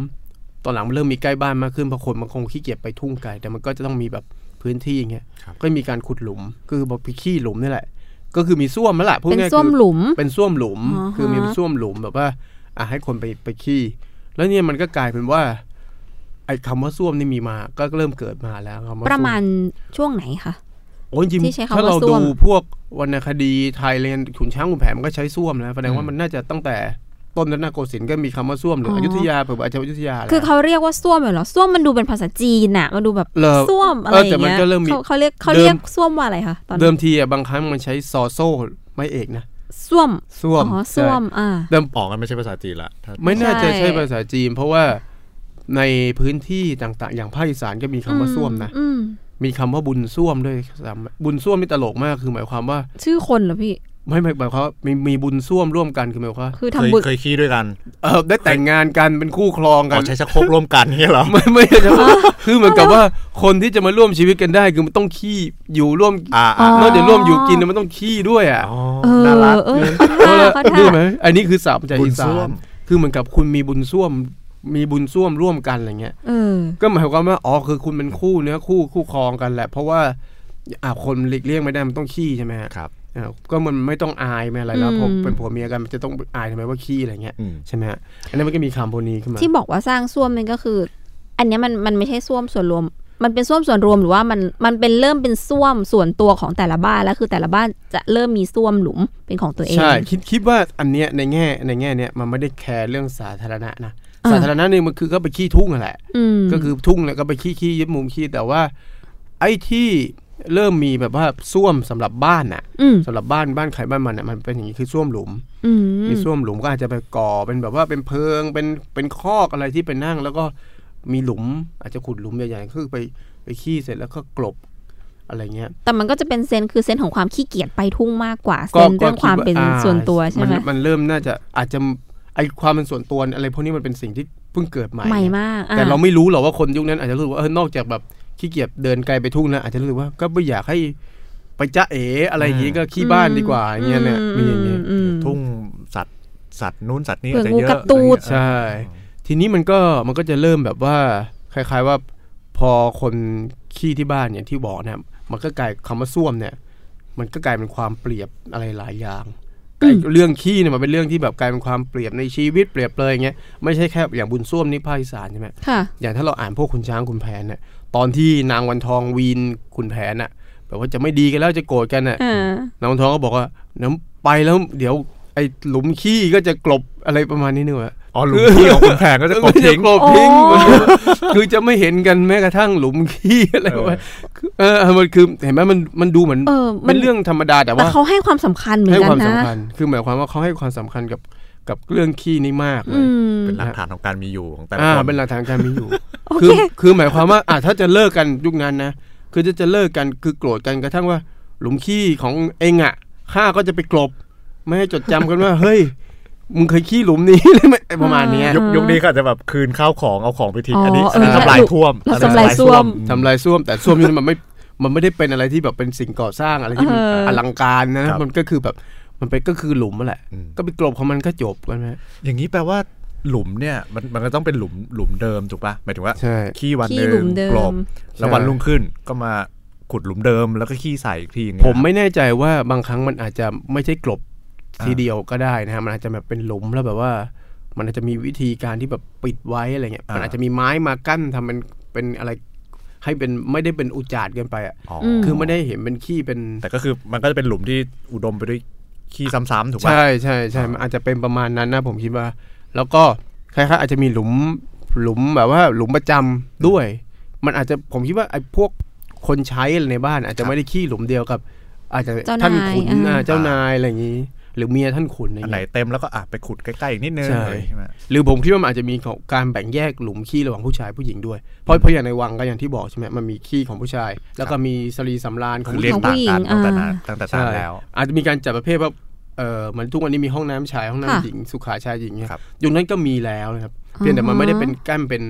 D: ตอนหลังมันเริ่มมีใกล้บ้านมากขึ้นเพราะคนมันคงขี้เกียจไปทุ่งไกลแต่มันก็จะต้องมีแบบพื้นที่อย่างเงี้ย
B: ครับ
D: ก็มีการขุดหลุมคือแบบไปขี้หลุมนี่แหละ ก็คือมีส้วมนั่นแหละพูด
C: เป็น
D: ง่ายๆ
C: ส้วม
D: คือ
C: หลุม
D: เป็นส้วมหลุม
C: อ๋อฮะ
D: คือมีเป็นส้วมหลุมแบบว่าอ่ะให้คนไปไปขี้แล้วเนี่ยมันก็กลายเป็นว่า ไอ้คำว่าส้วมนี่มีมา ก็เริ่มเกิดมาแล้วคำว่า
C: ประมา
D: ส้ว
C: ณช่วงไหนคะ
D: โอ้ยจริง
C: ที่ใช้คำว่า
D: ถ้าเรา
C: ส้
D: ดู
C: วม
D: พวกวรรณคดีไทยเรียนขุนช้างขุนแผนมันก็ใช้ส้วมนะแสดงว่ามันน่าจะตั้งแต่ต้นรัตนโกสินทร์ก็มีคำว่าส้วมหรือออยุธยาเผื่ออาจจะอยุธยาแหละ
C: คือเขาเรียกว่าส้วมเหรอส้วมมันดูเป็นภาษาจีนน่ะมันดูแบบ
D: เหรอ
C: ส้วมอะไร
D: เออ
C: อ
D: แต่
C: ย่าง
D: มัน
C: เงี้ย
D: ก็เริ่มมี
C: เขาเขาเรียกเขา
D: เดิม
C: เรียกส้วมว่าอะไรคะตอน
D: เดิ
C: นั้น
D: มทีอ่ะบางครั้งมันใช้ซอโซ่ไม่เอกนะ
C: ส้วม
D: ส้ว
C: อ๋
D: ม
C: อส้วมอ่า
D: เดิม
B: ออกกันไม่ใช่ภาษาจีนละถ้า
D: ไม่น่าจะ
C: ใช่
D: ใช่ภาษาจีน เพราะว่าในพื้นที่ต่างๆ อย่างภาคอีสานก็มีคำว่าส้วมนะ
C: อืม
D: มีคำว่าบุญส้วมด้วยซ้ำบุญส้วมนี่ตลกมากคือหมายความว่า
C: ชื่อคนเหรอพี่
D: ไม่ไม่หมายความว่ามีมีบุญส้วมร่วมกันคือหมายความว่า
C: คือ
B: เคย
C: ทำบุญ
B: เคยขี้ด้วยกัน
D: เออได้แต่งงานกันเป็นคู่ครอง
B: ก่
D: กั
B: อน นใช้ชักโครกร่วมกันเนี่ยเหรอ
D: ไม่ไม่ใช่คือเหมือนกับว่าคนที่จะมาร่วมชีวิตกันได้ คือมันต้องขี้อยู่ร่วม
B: อ่าอ่าน
D: อกจากร่วมอยู่กินมันต้องขี้ด้วยอ่ะ
B: อ๋อ
C: เออ
B: น่ารัก
C: เออเขาท่าเขาท่า
D: นี่ไหมอันนี้คือสามใจ
B: บุ
D: อี
B: ญ
D: สา
B: ส้วน ม
D: คือเหมือนกับคุณมีบุญส้วม มีบุญส้วมร่วมกันอะไรเงี้ย
C: เออ
D: ก็หมายความว่าอ๋อคือคุณเป็นคู่เนื้อคู่คู่ครองกันแหละ เพราะว่าอ่าคนหลีกเลี่ยงไม่ได้มันต้องขี้ใช่ไหมฮะ
B: ครับ
D: อ่าก็มันไม่ต้องอายไม่อะไรแล้ว
C: อืม
D: พอเป็นผัวเมียกันมันจะต้องอายทำไมว่าขี้อะไรเงี้ย
B: อืม
D: ใช่ไหมฮะอันนั้นมันก็มีคำพวกนี้ขึ้นมา
C: ที่บอกว่าสร้างส้วมมันก็คือ อันเนี้ยมันมันไม่ใช่ส้วมส่วนรวม มันเป็นส้วมส่วนรวมหรือว่ามันมันเป็นเริ่มเป็นส้วมส่วนตัวของแต่ละบ้านแล้วคือแต่ละบ้านจะเริ่มมีส้วมหลุมเป็นของตัวเอง
D: ใช่คิดคิดว่าอันเนี้ยในแง่ในแง่เนี้ยมันไม่ได้แคร์เรื่องสาธารณะนะ
C: อ่า
D: สาธารณะเนี่ยมันคือก็ไปขี้ทุ่งนั่นแหละ
C: อืม
D: ก็คือทุ่งแล้วก็ไปขี้ขี้ยึดมุมขี้แต่ว่า ไอ้ที่เริ่มมีแบบว่าส้วมสำหรับบ้านน่ะ
C: อืม
D: สำหรับบ้านบ้านใครบ้านมันน่ะมันเป็นอย่างนี้คือส้วมหลุม
C: อืม
D: มีส้วมหลุมก็อาจจะไปก่อเป็นแบบว่าเป็นเพิงเป็นเป็นคอกอะไรที่ไปนั่ง แล้วก็มีหลุมอาจจะขุดหลุมใหญ่ๆคือไปไปขี้เสร็จแล้วก็กลบอะไรเงี้ย
C: แต่มันก็จะเป็นเซนส์คือเซนส์ของความขี้เกียจไปทุ่งมากกว่าเซ
D: ก็
C: นส์เรื่องความเป็น
D: อ่
C: ส่วนตัวใช่ไหม
D: นมันเริ่มน่าจะอาจจะไอความเป็นส่วนตัวอะไรพวกนี้มันเป็นสิ่งที่เพิ่งเกิดใหม่
C: ใหม่มากอ่ะ
D: แต่เราไม่รู้หรอกว่าคนยุคนั้นอาจจะรู้สึกว่าเออนอกจากแบบขี้เกียจเดินไกลไปทุ่งนะอาจจะรู้สึกว่าก็ไม่อยากให้ไปจ้าเอ๋อะไรอย่างงี้ก็ขี้บ้านดีกว่าอย่างเงี้ยเนี่ยมีอย่างเงี้ย
C: อืม
B: ทุ่งสัตว์สัตว์นู้นสัตว์นี้
C: เผื่
B: อาจ
C: อ
B: จะ
C: งู
B: เยอะ
C: กัดตูด
B: อะไรเงี้ย
D: ใช่ ทีนี้มันก็มันก็จะเริ่มแบบว่าคล้าย ๆว่าพอคนขี้ที่บ้านอย่างที่บอกเนี่ยมันก็กลายคำว่าส้วมเนี่ย มันก็กลายเป็นความเปรียบอะไรหลายอย่างไอ้เรื่องขี้เนี่ยมันเป็นเรื่องที่แบบกลายเป็นความเปรียบในชีวิตเปรียบเลยอย่างเงี้ยไม่ใช่แค่อย่างบุญส้วมนี่ภาคอีสานใช่ไหม
C: ค่ะ
D: อย่างถ้าเราอ่านพวกคุณช้างคุณแผนเนี่ยตอนที่นางวันทองวีนคุณแผนน่ะแบบว่าจะไม่ดีกันแล้วจะโกรธกันน่ะ
C: อ่าน
D: างวันทองก็บอกว่าเดี๋ยวไปแล้วเดี๋ยวไอ้หลุมขี้ก็จะกลบอะไรประมาณนี้นึกว่า
B: อ๋อหลุมที่ของคุณแผงก็จะกดทิ้ง
D: กลบทิ้งคือจะไม่เห็นกันแม้กระทั่งหลุมขี้อะไรประมาณคือเออมันคือเห็นไหมมันมันดูเหมือน
C: เออมั
D: เป็น นเรื่องธรรมดาแต่
C: แต่
D: ว่า
C: เขาให้ความสำคัญเหมือน
D: ให้
C: กั
D: ควาน ม
C: นะ
D: สำคัญคือหมายความว่าเขาให้ความสำคัญกับกับเรื่องขี้นี่มากเล
C: อื
D: ย
C: ม
B: เป็นหลักฐานของการมีอยู่ของแต่ละ
D: อ่า
B: คน
D: เป็นหลักฐานการมีอยู่
C: โอเค
D: คือคือหมายความว่าอ่าถ้าจะเลิกกันยุคนั้นนะคือจะจะเลิกกันคือโกรธกันกระทั่งว่า หลุมขี้ของเองอ่ะข้าก็จะไปกลบ ไม่ให้จดจำกันว่า เฮ้ยมึงเคยขี้หลุมนี้ หรือไม่ประมาณเนี้ย
B: ยุคยุคนี้ก็อาจจะแบบคืนข้าวของเอาของไปทิ้ง
C: อ๋ออั
B: อันนี้
C: เออ
B: ทำลายท่วม
C: เรา
B: อันนี้
C: ทำลายท่วม
D: ทำลายส้วมแต่ส้วมนี่มันไม่มันไม่ได้เป็นอะไรที่แบบเป็นสิ่งก่อสร้างอะไรที่มัน
C: เอออ
D: อลังการนะมันก็คือแบบมันเป็นก็คือหลุมนั่นแหละ
B: อืม
D: ก็ไปกลบของมันก็จบกันไหม
B: อย่างนี้แปลว่าหลุมเนี่ยมันมันก็ต้องเป็นหลุมหลุมเดิมถูกป่ะหมายถึงว่า
D: ใช่
B: ขี้วัน
C: ขี้
B: หนึ่
C: หลุ
B: ง
C: มเดิ
B: กล
C: ม
B: บแล้ววันรุ่งขึ้นก็มาขุดหลุมเดิมแล้วก็ขี้ใส่อีกทีอย่างเงี้
D: ผ
B: ย
D: มไม่แน่ใจว่าบางครั้งมันอาจจะไม่ใช่กลบ
B: อ่า
D: ทีเดียวก็ได้นะฮะมันอาจจะแบบเป็นหลุมแล้วแบบว่า มันอาจจะมีวิธีการที่แบบปิดไว้อะไรเงี้ยมันอาจจะมีไม้มากั้นทำเป็นเป็นอะไร ให้เป็นไม่ได้เป็นอุจจาดเกินไปอ่ะ
B: อ๋อ
C: ม
D: คือไม่ได้เห็นเป็นขี้เป็น
B: แต่ก็คือมันก็จะเป็นหลุมที่อุดมไปด้วยขี้ซ้ำๆถูกป่ะ
D: ใช่ใช่ใช่มันอาจจะเป็นประมาณนั้นนะผมคิดว่า แล้วก็คล้ายๆอาจจะมีหลุมหลุมแบบว่า หลุมประจำด้วย มันอาจจะผมคิดว่าไอ้พวกคนใช้ในบ้านอาจจะไม่ได้ขี้หลุมเดียวกับ อาจจะ
C: เจ้านาย
D: ท่านขุน
C: อ่า
D: อ่าเจ้านายอะไรอย่างนี้ หรือเมียท่านขุนอะไรอ
B: อัน
D: ย่าง
B: ไหน
D: เงี้ย
B: เต็มแล้วก็อ่ะไปขุดใกล้ๆอีกนิดนึง
D: ใช่
B: อะไรใช่ไหม
D: หรือผมคิดว่ามันอาจจะมีของการแบ่งแยกหลุมขี้ระหว่างผู้ชายผู้หญิงด้วย เพราะเพราะอย่างในวังก็อย่างที่บอกใช่ไหมมันมีขี้ของผู้ชาย แล้วก็มีสรีสำราญของ
B: คือ
D: ผู้ห
B: เรียง
D: ญิง
B: ต่างกัน
C: ขอ
B: ตั้ง
C: งผู้
B: แต่
C: ห
B: นา
C: ญิงอ่า
B: ตั้งแต่ตา
D: ใช่
B: แล้ว
D: อาจจะมีการจัดประเภทว่าเออเหมือนทุกวันนี้มีห้องน้ำชายห้องน้ำ
C: ค่ะ
D: หญิงสุขาชายหญิงเนี่ย
B: ครับ
D: ยุคนั้นก็มีแล้วนะครับเพียงแต่มันไม่ได้เป็นกั้นเป็น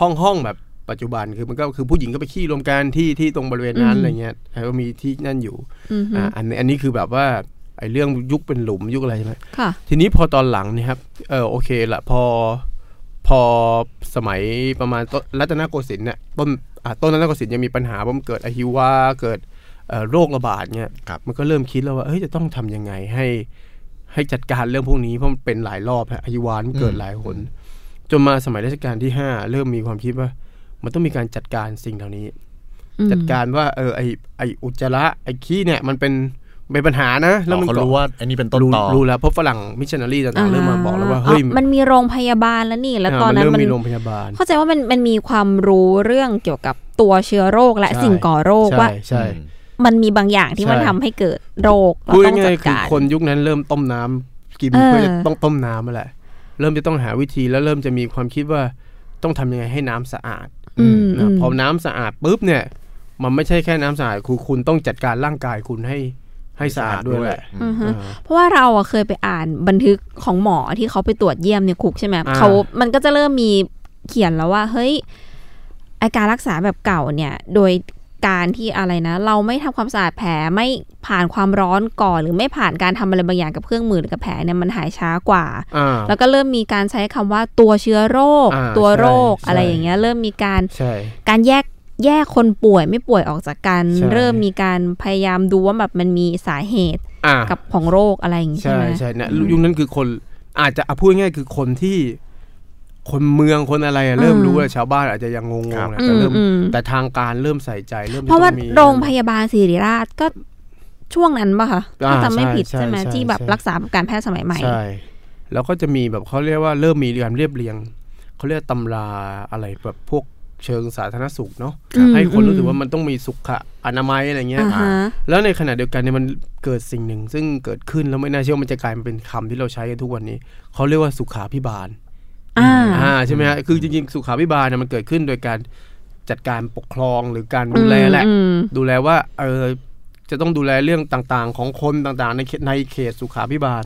D: ห้องห้องแบบปัจจุบันคือมันก็คือผู้หญิงก็ไปขี้รวมกันที่ที่ตรงบริเวณนั้นอะไรเงี้ยแล้วก็มีที่นั่นอยู่
C: อืม
D: อ่าอันนี้อันนี้คือแบบว่าไอ้เรื่องยุคเป็นหลุมยุคอะไรใช่ไหม
C: ค่ะ
D: ทีนี้พอตอนหลังเนี่ยครับ เออโอเคละพอพอสมัยประมาณต้นรัตนโกสินทร์เนี่ยต้นอ่ะต้นรัตนโกสินทร์ยังมีปัญหาว่ามันเกิดอหิวาเกิดเอ่อโรคระบาดเนี่ย
B: ครับ
D: มันก็เริ่มคิดแล้วว่าเอ้ยจะต้องทำยังไงให้ให้จัดการเรื่องพวกนี้เพราะมันเป็นหลายรอบฮะอหิวามันเกิดหลายหนจนมาสมัยรัชกาลที่ห้าเริ่มมีความคิดว่า มันต้องมีการจัดการสิ่งเหล่านี้
C: อืม
D: จัดการว่าเออไอไออุจจาระไอขี้เนี่ยมันเป็นเป็นปัญหานะแล้วมัน
B: เขา
D: ก็
B: รู้ว่าอันนี้เป็นต้น
D: รู้
B: ตอ
D: รู้แล้วเพราะฝรั่งมิชชันนารีต่างๆเริ่มมาบอกแล้วว่า
C: อ๋อ
D: เฮ้ย
C: มันมีโรงพยาบาลแล้วนี่ แล้ว
D: า
C: ตอนนั้น
D: เริ่ม
C: มัน
D: มีโรงพยาบาล
C: เข้าใจว่ามันมันมีความรู้เรื่องเกี่ยวกับตัวเชื้อโรคและ
D: ใช่
C: สิ่งก่อโรค
D: ใช่
C: ว่า
D: ใช่
C: มันมีบางอย่างที่
D: ใช่
C: มันทำให้เกิดโรคเรา
D: พูด
C: ต้อง
D: ง่า
C: จั
D: ย
C: ด
D: ๆคือ
C: การ
D: คนยุคนั้นเริ่มต้มน้ำกิน
C: เออ
D: เพื่อจะต้องต้มน้ำมาแหละเริ่มจะต้องหาวิธีแล้วเริ่มจะมีความคิดว่าต้องทำยังไงให้น้ำสะอาด
C: อืม
D: นะพอน้ำสะอาดปุ๊บเนี่ย มันไม่ใช่แค่น้ำสะอาดคือคุณต้องจัดการร่างกายคุณให้ให้สะอาดด้วยแหละ
C: อือฮึ
D: เออ
C: เพราะว่าเราอะเคยไปอ่านบันทึกของหมอที่เขาไปตรวจเยี่ยมในคุกใช่ไหม
D: อ่า
C: เขา มันก็จะเริ่มมีเขียนแล้วว่าเฮ้ยไอาการรักษาแบบเก่าเนี่ย โดยการที่อะไรนะ เราไม่ทำความสะอาดแผลไม่ผ่านความร้อนก่อน หรือไม่ผ่านการทำอะไรบางอย่างกับเครื่องมือหรือกับแผลเนี่ยมันหายช้ากว่า
D: อ่า
C: แล้วก็เริ่มมีการใช้คำว่าตัวเชื้อโรค
D: อ่า
C: ตัวโรค
D: ใช่
C: อะไร
D: ใช่
C: อย่างเงี้ยเริ่มมีการ
D: ใช่
C: การแยกแยกคนป่วยไม่ป่วยออกจากกัน
D: ใช่
C: เริ่มมีการพยายามดูว่าแบบมันมีสาเหตุ
D: อ่า
C: กับของโรคอะไรอย่างงี้ใช่
D: ใช่
C: ไหม
D: ใช่นะยุคนั้นคือคนอาจจะอ่ะพูดง่ายๆคือคนที่ คนเมืองคนอะไรอะเริ่ม
C: อืม
D: รู้แล้วชาวบ้านอาจจะยังงง
B: ครับ
D: ๆแหละ
C: อื
D: แต่
C: ม
D: เริ่ม
C: อืม
D: แต่ทางการเริ่มใส่ใจเริ่ม
C: เพราะว่า
D: จมี
C: โรงพยาบาลศิริราชก็ช่วงนั้นป่ะคะ
D: อ่า
C: ถ้าจำไม่ผิด
D: ใช่
C: ใช่ไหม
D: ใช่
C: ที่แบบ
D: ใช่
C: รักษาการแพทย์สมัยใหม่
D: ใช่แล้วก็จะมีแบบเขาเรียกว่าเริ่มมีการเรียบเรียงเขาเรียกตำราอะไรแบบพวกเชิงสาธารณสุขเนาะ
C: อืม
D: ให้คนรู้สึ
C: อื
D: ก
C: ม
D: ว่ามันต้องมีสุขอนามัยอะไรเงี้ย
C: อ่าฮะ
D: แล้วในขณะเดียวกันเนี่ยมันเกิดสิ่งหนึ่ง ซึ่งเกิดขึ้นแล้วไม่น่าเชื่อว่ามันจะกลายมาเป็นคำที่เราใช้กันทุกวันนี้เขาเรียกว่าสุขาพิบาล
C: อ่า
D: อ่าใช่ไหมฮะคือจริงๆสุขาพิบาลเนี่ยมันเกิดขึ้นโดยการจัดการปกครองหรือการดูแลแหละ
C: อืม
D: ดูแลว่าเออจะต้องดูแลเรื่องต่างๆ ของคนต่างๆ ในเขตในเขตสุขาพิบาล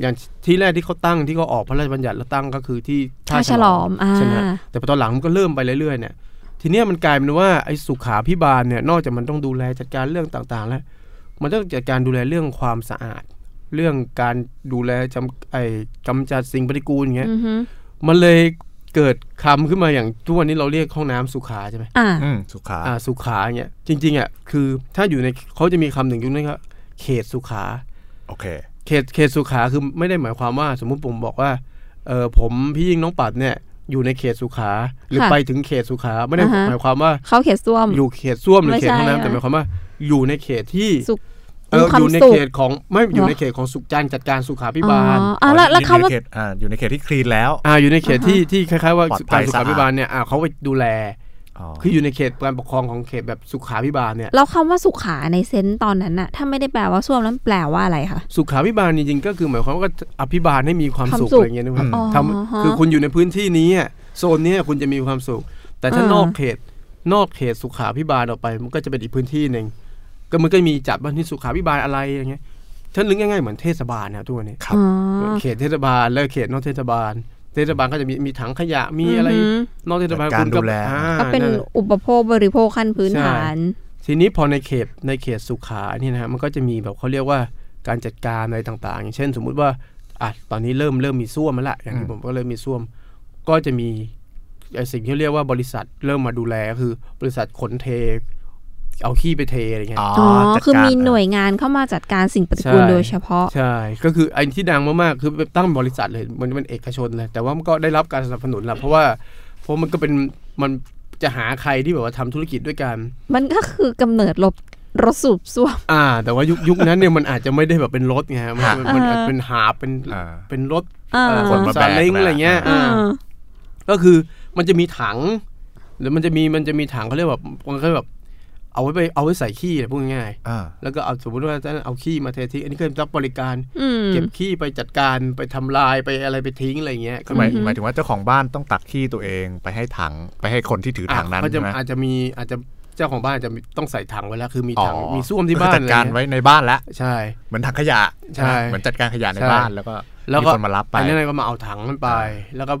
D: อย่างที่แรกที่เขาตั้งที่เขาออกพระราชบัญญัติแล้วตั้งก็คือที่
C: ท่าฉลอมอ่า
D: ใช่ไหมฮะแต่พอตอนหลังมันก็เริ่มไปเรื่อยๆเนี่ยทีเนี้ยมันกลายเป็นว่าไอ้สุขาพิบาลเนี่ยนอกจากมันต้องดูแลจัดการเรื่องต่างๆ แล้ว มันต้องจัดการดูแลเรื่องความสะอาด เรื่องการดูแลจำไอ้กำจัดสิ่งปฏิกูลอย่างเงี้ย
C: อือฮึ
D: มันเลยเกิดคำขึ้นมาอย่างทุกวันนี้เราเรียกห้องน้ำสุขาใช่ไหม
C: อ่า
B: อืมสุขา
D: อ่าสุขาอย่างเงี้ยจริงๆอ่ะคือถ้าอยู่ในเขาจะมีคำหนึ่งอยู่นั่นก็เขตสุขา
B: โอเค
D: เขตเขตสุขาคือไม่ได้หมายความว่า สมมุติผมบอกว่าเออผมพี่ยิ่งน้องปัดเนี่ยอยู่ในเขตสุขาหรือ
C: ค่ะ
D: ไปถึงเขตสุขาไม่ได้
C: อ่าฮะ
D: หมายความว่า
C: เข้าเขตส้วม
D: อยู่เขตส้วมหรือเขตห้อง
C: ไม่ใช่
D: น้ำแต่หมายความว่าอยู่ในเขตที่
C: สุข
D: เออ
C: มีความ
D: อยู่ใน
C: สุข
D: เขตของไม่อยู่ในเขตของสุขจันจัดการสุขาพิบาล
C: อ๋ออ่ะแล้วแล้วคำว่า
B: อยู่ในเขตอ่าอยู่ในเขตที่คลีนแล้ว
D: อ่าอยู่ในเขตที่ที่คล้ายๆว่า
B: ปลอดภั
D: การ
B: ย
D: สุขา
B: สะอาด
D: พิบาลเนี่ยอ่าเขาไปดูแล
B: อ๋อ
D: คืออยู่ในเขตการปกครองของเขตแบบสุขาพิบาลเนี่ย
C: แล้วคำว่าสุขาในเซนต์ตอนนั้นอะถ้าไม่ได้แปลว่าส้วมแล้วมันแปลว่าอะไรคะ
D: สุขาพิบาลจริงๆก็คือหมายความว่าก็อภิบาลให้มีความ
C: ความ
D: สุข
C: สุข
D: อะไรเงี้ยนะครับ
B: อืม
C: อ๋อ
D: ท
C: ฮะ
D: ำคือคุณอยู่ในพื้นที่นี้อะโซนเนี้ยคุณจะมีความสุข แต่ถ้า
C: อ่านน
D: อกเขตนอกเขตสุขาพิบาลออกไป มันก็จะเป็นอีกพื้นที่หนึ่งก็มันก็มีจัดว่าที่สุขาพิบาลอะไรอย่างเงี้ยฉันนึกง่ายๆเหมือนเทศบาลนะครับทุกวันนี้
B: ครับ
C: อ๋อ
D: เขตเทศบาลแล้วเขตนอกเทศบาล เทศบาลก็จะมีมีถังขยะมีอะไร
C: อือฮึ
D: นอกเทศบาล
B: การ
D: คุณก็
B: ดูแล
D: อ่า
C: ก็เป็น
D: นั่นแหละ
C: อุปโภคบริโภคขั้นพื้นฐาน
D: ทีนี้พอในเขตในเขตสุขาเนี่ยนะฮะมันก็จะมีแบบเขาเรียกว่าการจัดการอะไรต่างๆ อย่างเช่น สมมุติว่าอ่ะตอนนี้เริ่มเริ่มมีส้วมแล้วละอย่างที่
B: อืม
D: ผมก็เริ่มมีส้วม ก็จะมีไอ้สิ่งที่เรียกว่าบริษัทเริ่มมาดูแลก็คือบริษัทขนเท เอาขี้ไปเทอะไรเงี้ย
B: อ๋อ
C: อ๋อ
B: จัด
C: คือ
B: การ
C: มีหน่วยงานเข้ามาจัดการสิ่งปฏิกูล
D: ใช่
C: โดยเฉพาะ
D: ใช่ ก็คือไอ้ที่ดังมากๆ คือไปตั้งบริษัทเลย มันเป็นเอกชนเลย แต่ว่ามันก็ได้รับการสนับสนุนแหละเพราะว่าเพราะมันก็เป็นมันจะหาใครที่แบบว่าทำธุรกิจด้วยกัน
C: มันก็คือกำเนิดลบรถสูบส้วม
D: อ่า แต่ว่ายุคยุคนั้นเนี่ยมันอาจจะไม่ได้แบบเป็นรถไงฮะมันมันมันอาจ
C: อ่า
D: เป็นหาบเป็น
B: อ่า
D: เป็นรถ
C: อ่า
D: เอ่อ
B: คนมา
D: ซาเล้ง
B: แบกนะ
D: อะไรเงี้ย
C: อ่า
D: อ่าก็คือมันจะมีถัง หรือมันจะมีมันจะมีถังเขาเรียกแบบมันก็แบบ เอาไว้ไปเอาไว้ใส่ขี้อะพูดง่าย
B: อ่า
D: ๆแล้วก็เอาสมมติว่าจะเอาขี้มาเททิ้งอันนี้ก็รับบริการ
C: อืม
D: เก็บขี้ไปจัดการไปทำลายไปอะไรไปทิ้งอะไรเงี้ยก็
B: หมาม
D: หาย ย
C: อือฮึ
B: หมายถึงว่าเจ้าของบ้านต้องตักขี้ตัวเองไปให้ถังไปให้คนที่ถือถังนั้น
D: เขาจะ
B: ใช่ไหม
D: อาจจะมีอาจจะเจ้าของบ้านอาจจะมีต้องใส่ถังไว้แล้ว คือมี
B: อ๋อ
D: ถังมีส้วมที่บ้าน
B: จัดการ
D: อะไรเงี้ย
B: ไว้ในบ้านแล้ว
D: ใช่
B: เหมือนถังขยะ
D: ใช่
B: เหมือนจัดการขยะใน
D: ใช่
B: บ้านแล้วก็
D: แล้ว
B: มี
D: ก็
B: คนมารับไป
D: อันนี้นก็มาเอาถังนั้นไป แล้วก็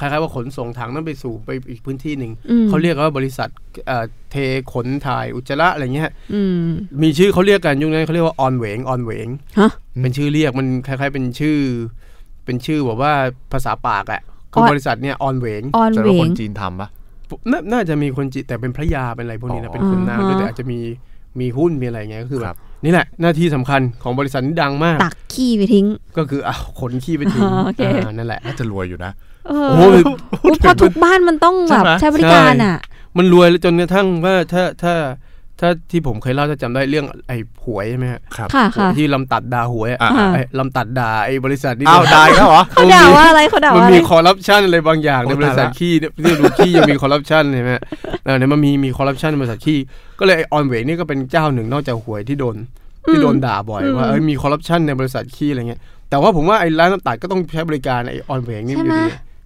D: คล้ายๆว่าขนส่งถังนั้นไปสู่ไปอีกพื้นที่หนึ่ง
C: อืม
D: เขาเรียกว่าบริษัทเอ่อเทขนถ่ายอุจจาระอะไรเงี้ย
C: อืม
D: มีชื่อเขาเรียกกันยุคนั้นเขาเรียกว่าออนเหวงออนเหวง
C: ฮะ
D: เป็นชื่อเรียกมันคล้ายๆเป็นชื่อ เป็นชื่อแบบว่าภาษาปากอะคือ
C: ออน
D: บริษัทเนี่ยออนเหวง
C: ออน
B: จะ
C: เว
B: เป็นคน
C: ง
B: จีนทำปะ
D: นาน่าจะมีคนจีนแต่เป็นพระยาเป็นอะไรพวกนี้นะ
B: อ๋อ
D: เป็นคนนางด้วย
C: อ่าฮะ
D: แต่อาจจะมีมีหุ้นมีอะไรเงี้ยก็คือแบ
B: ครับ บ
D: นี่แหละหน้าที่สำคัญของบริษัทนี้ดังมาก
C: ตักขี้ไปทิ้ง
D: ก็คือเอาขนขี้ไปทิ้ง
C: อ๋อโอเค
D: อ่านั่นแหละ
B: น่าจะรวยอยู่นะ
C: เออ
D: โอ้ย
C: อุ๊ยเพราะทุกบ้านมันต้องแบบ
B: ใช่ไหม
C: ใช้บริการอ่ะ
D: มันรวยแล้วจนกระทั่งว่าถ้าถ้าถ้าที่ผมเคยเล่าจะจำได้เรื่องไอ้หวยใช่ไหมฮะ
B: ครับ
C: ค่ะค่ะ
D: ที่ลำตัดดาหวยอะ
B: อ่ะ
C: อ่ะ
D: ไอ้ลำตัดดาไอ้บริษัทนี่
B: อ้าวได้แล้วเหรอ
C: เขาด่าว่าอะไรเขาด่า
D: มัน
C: ว่าอะไร
D: มีคอร์รัปชันอะไรบางอย่าง
B: โอ้
D: ในบริษัท
B: ตายละ
D: ขี้เนี่ยที่ดูขี้ยังมีคอร์รัปชันเลยไหมฮะเออเนี่ยมันมีมีคอร์รัปชันในบริษัทขี้ก็เลยไอออนเวนี่ก็เป็นเจ้าหนึ่งนอกจากหวยที่โดนที่โดนด่าบ่อย
C: อืม
D: ว่าเอ้ยมีคอร์รัปชันในบริษัทขี้อะไรเงี้ยแต่ว่าผมว่าไอ้ร้านลำตัดก็ต้องใช้บริการไอออนเวนี่อยู่ดี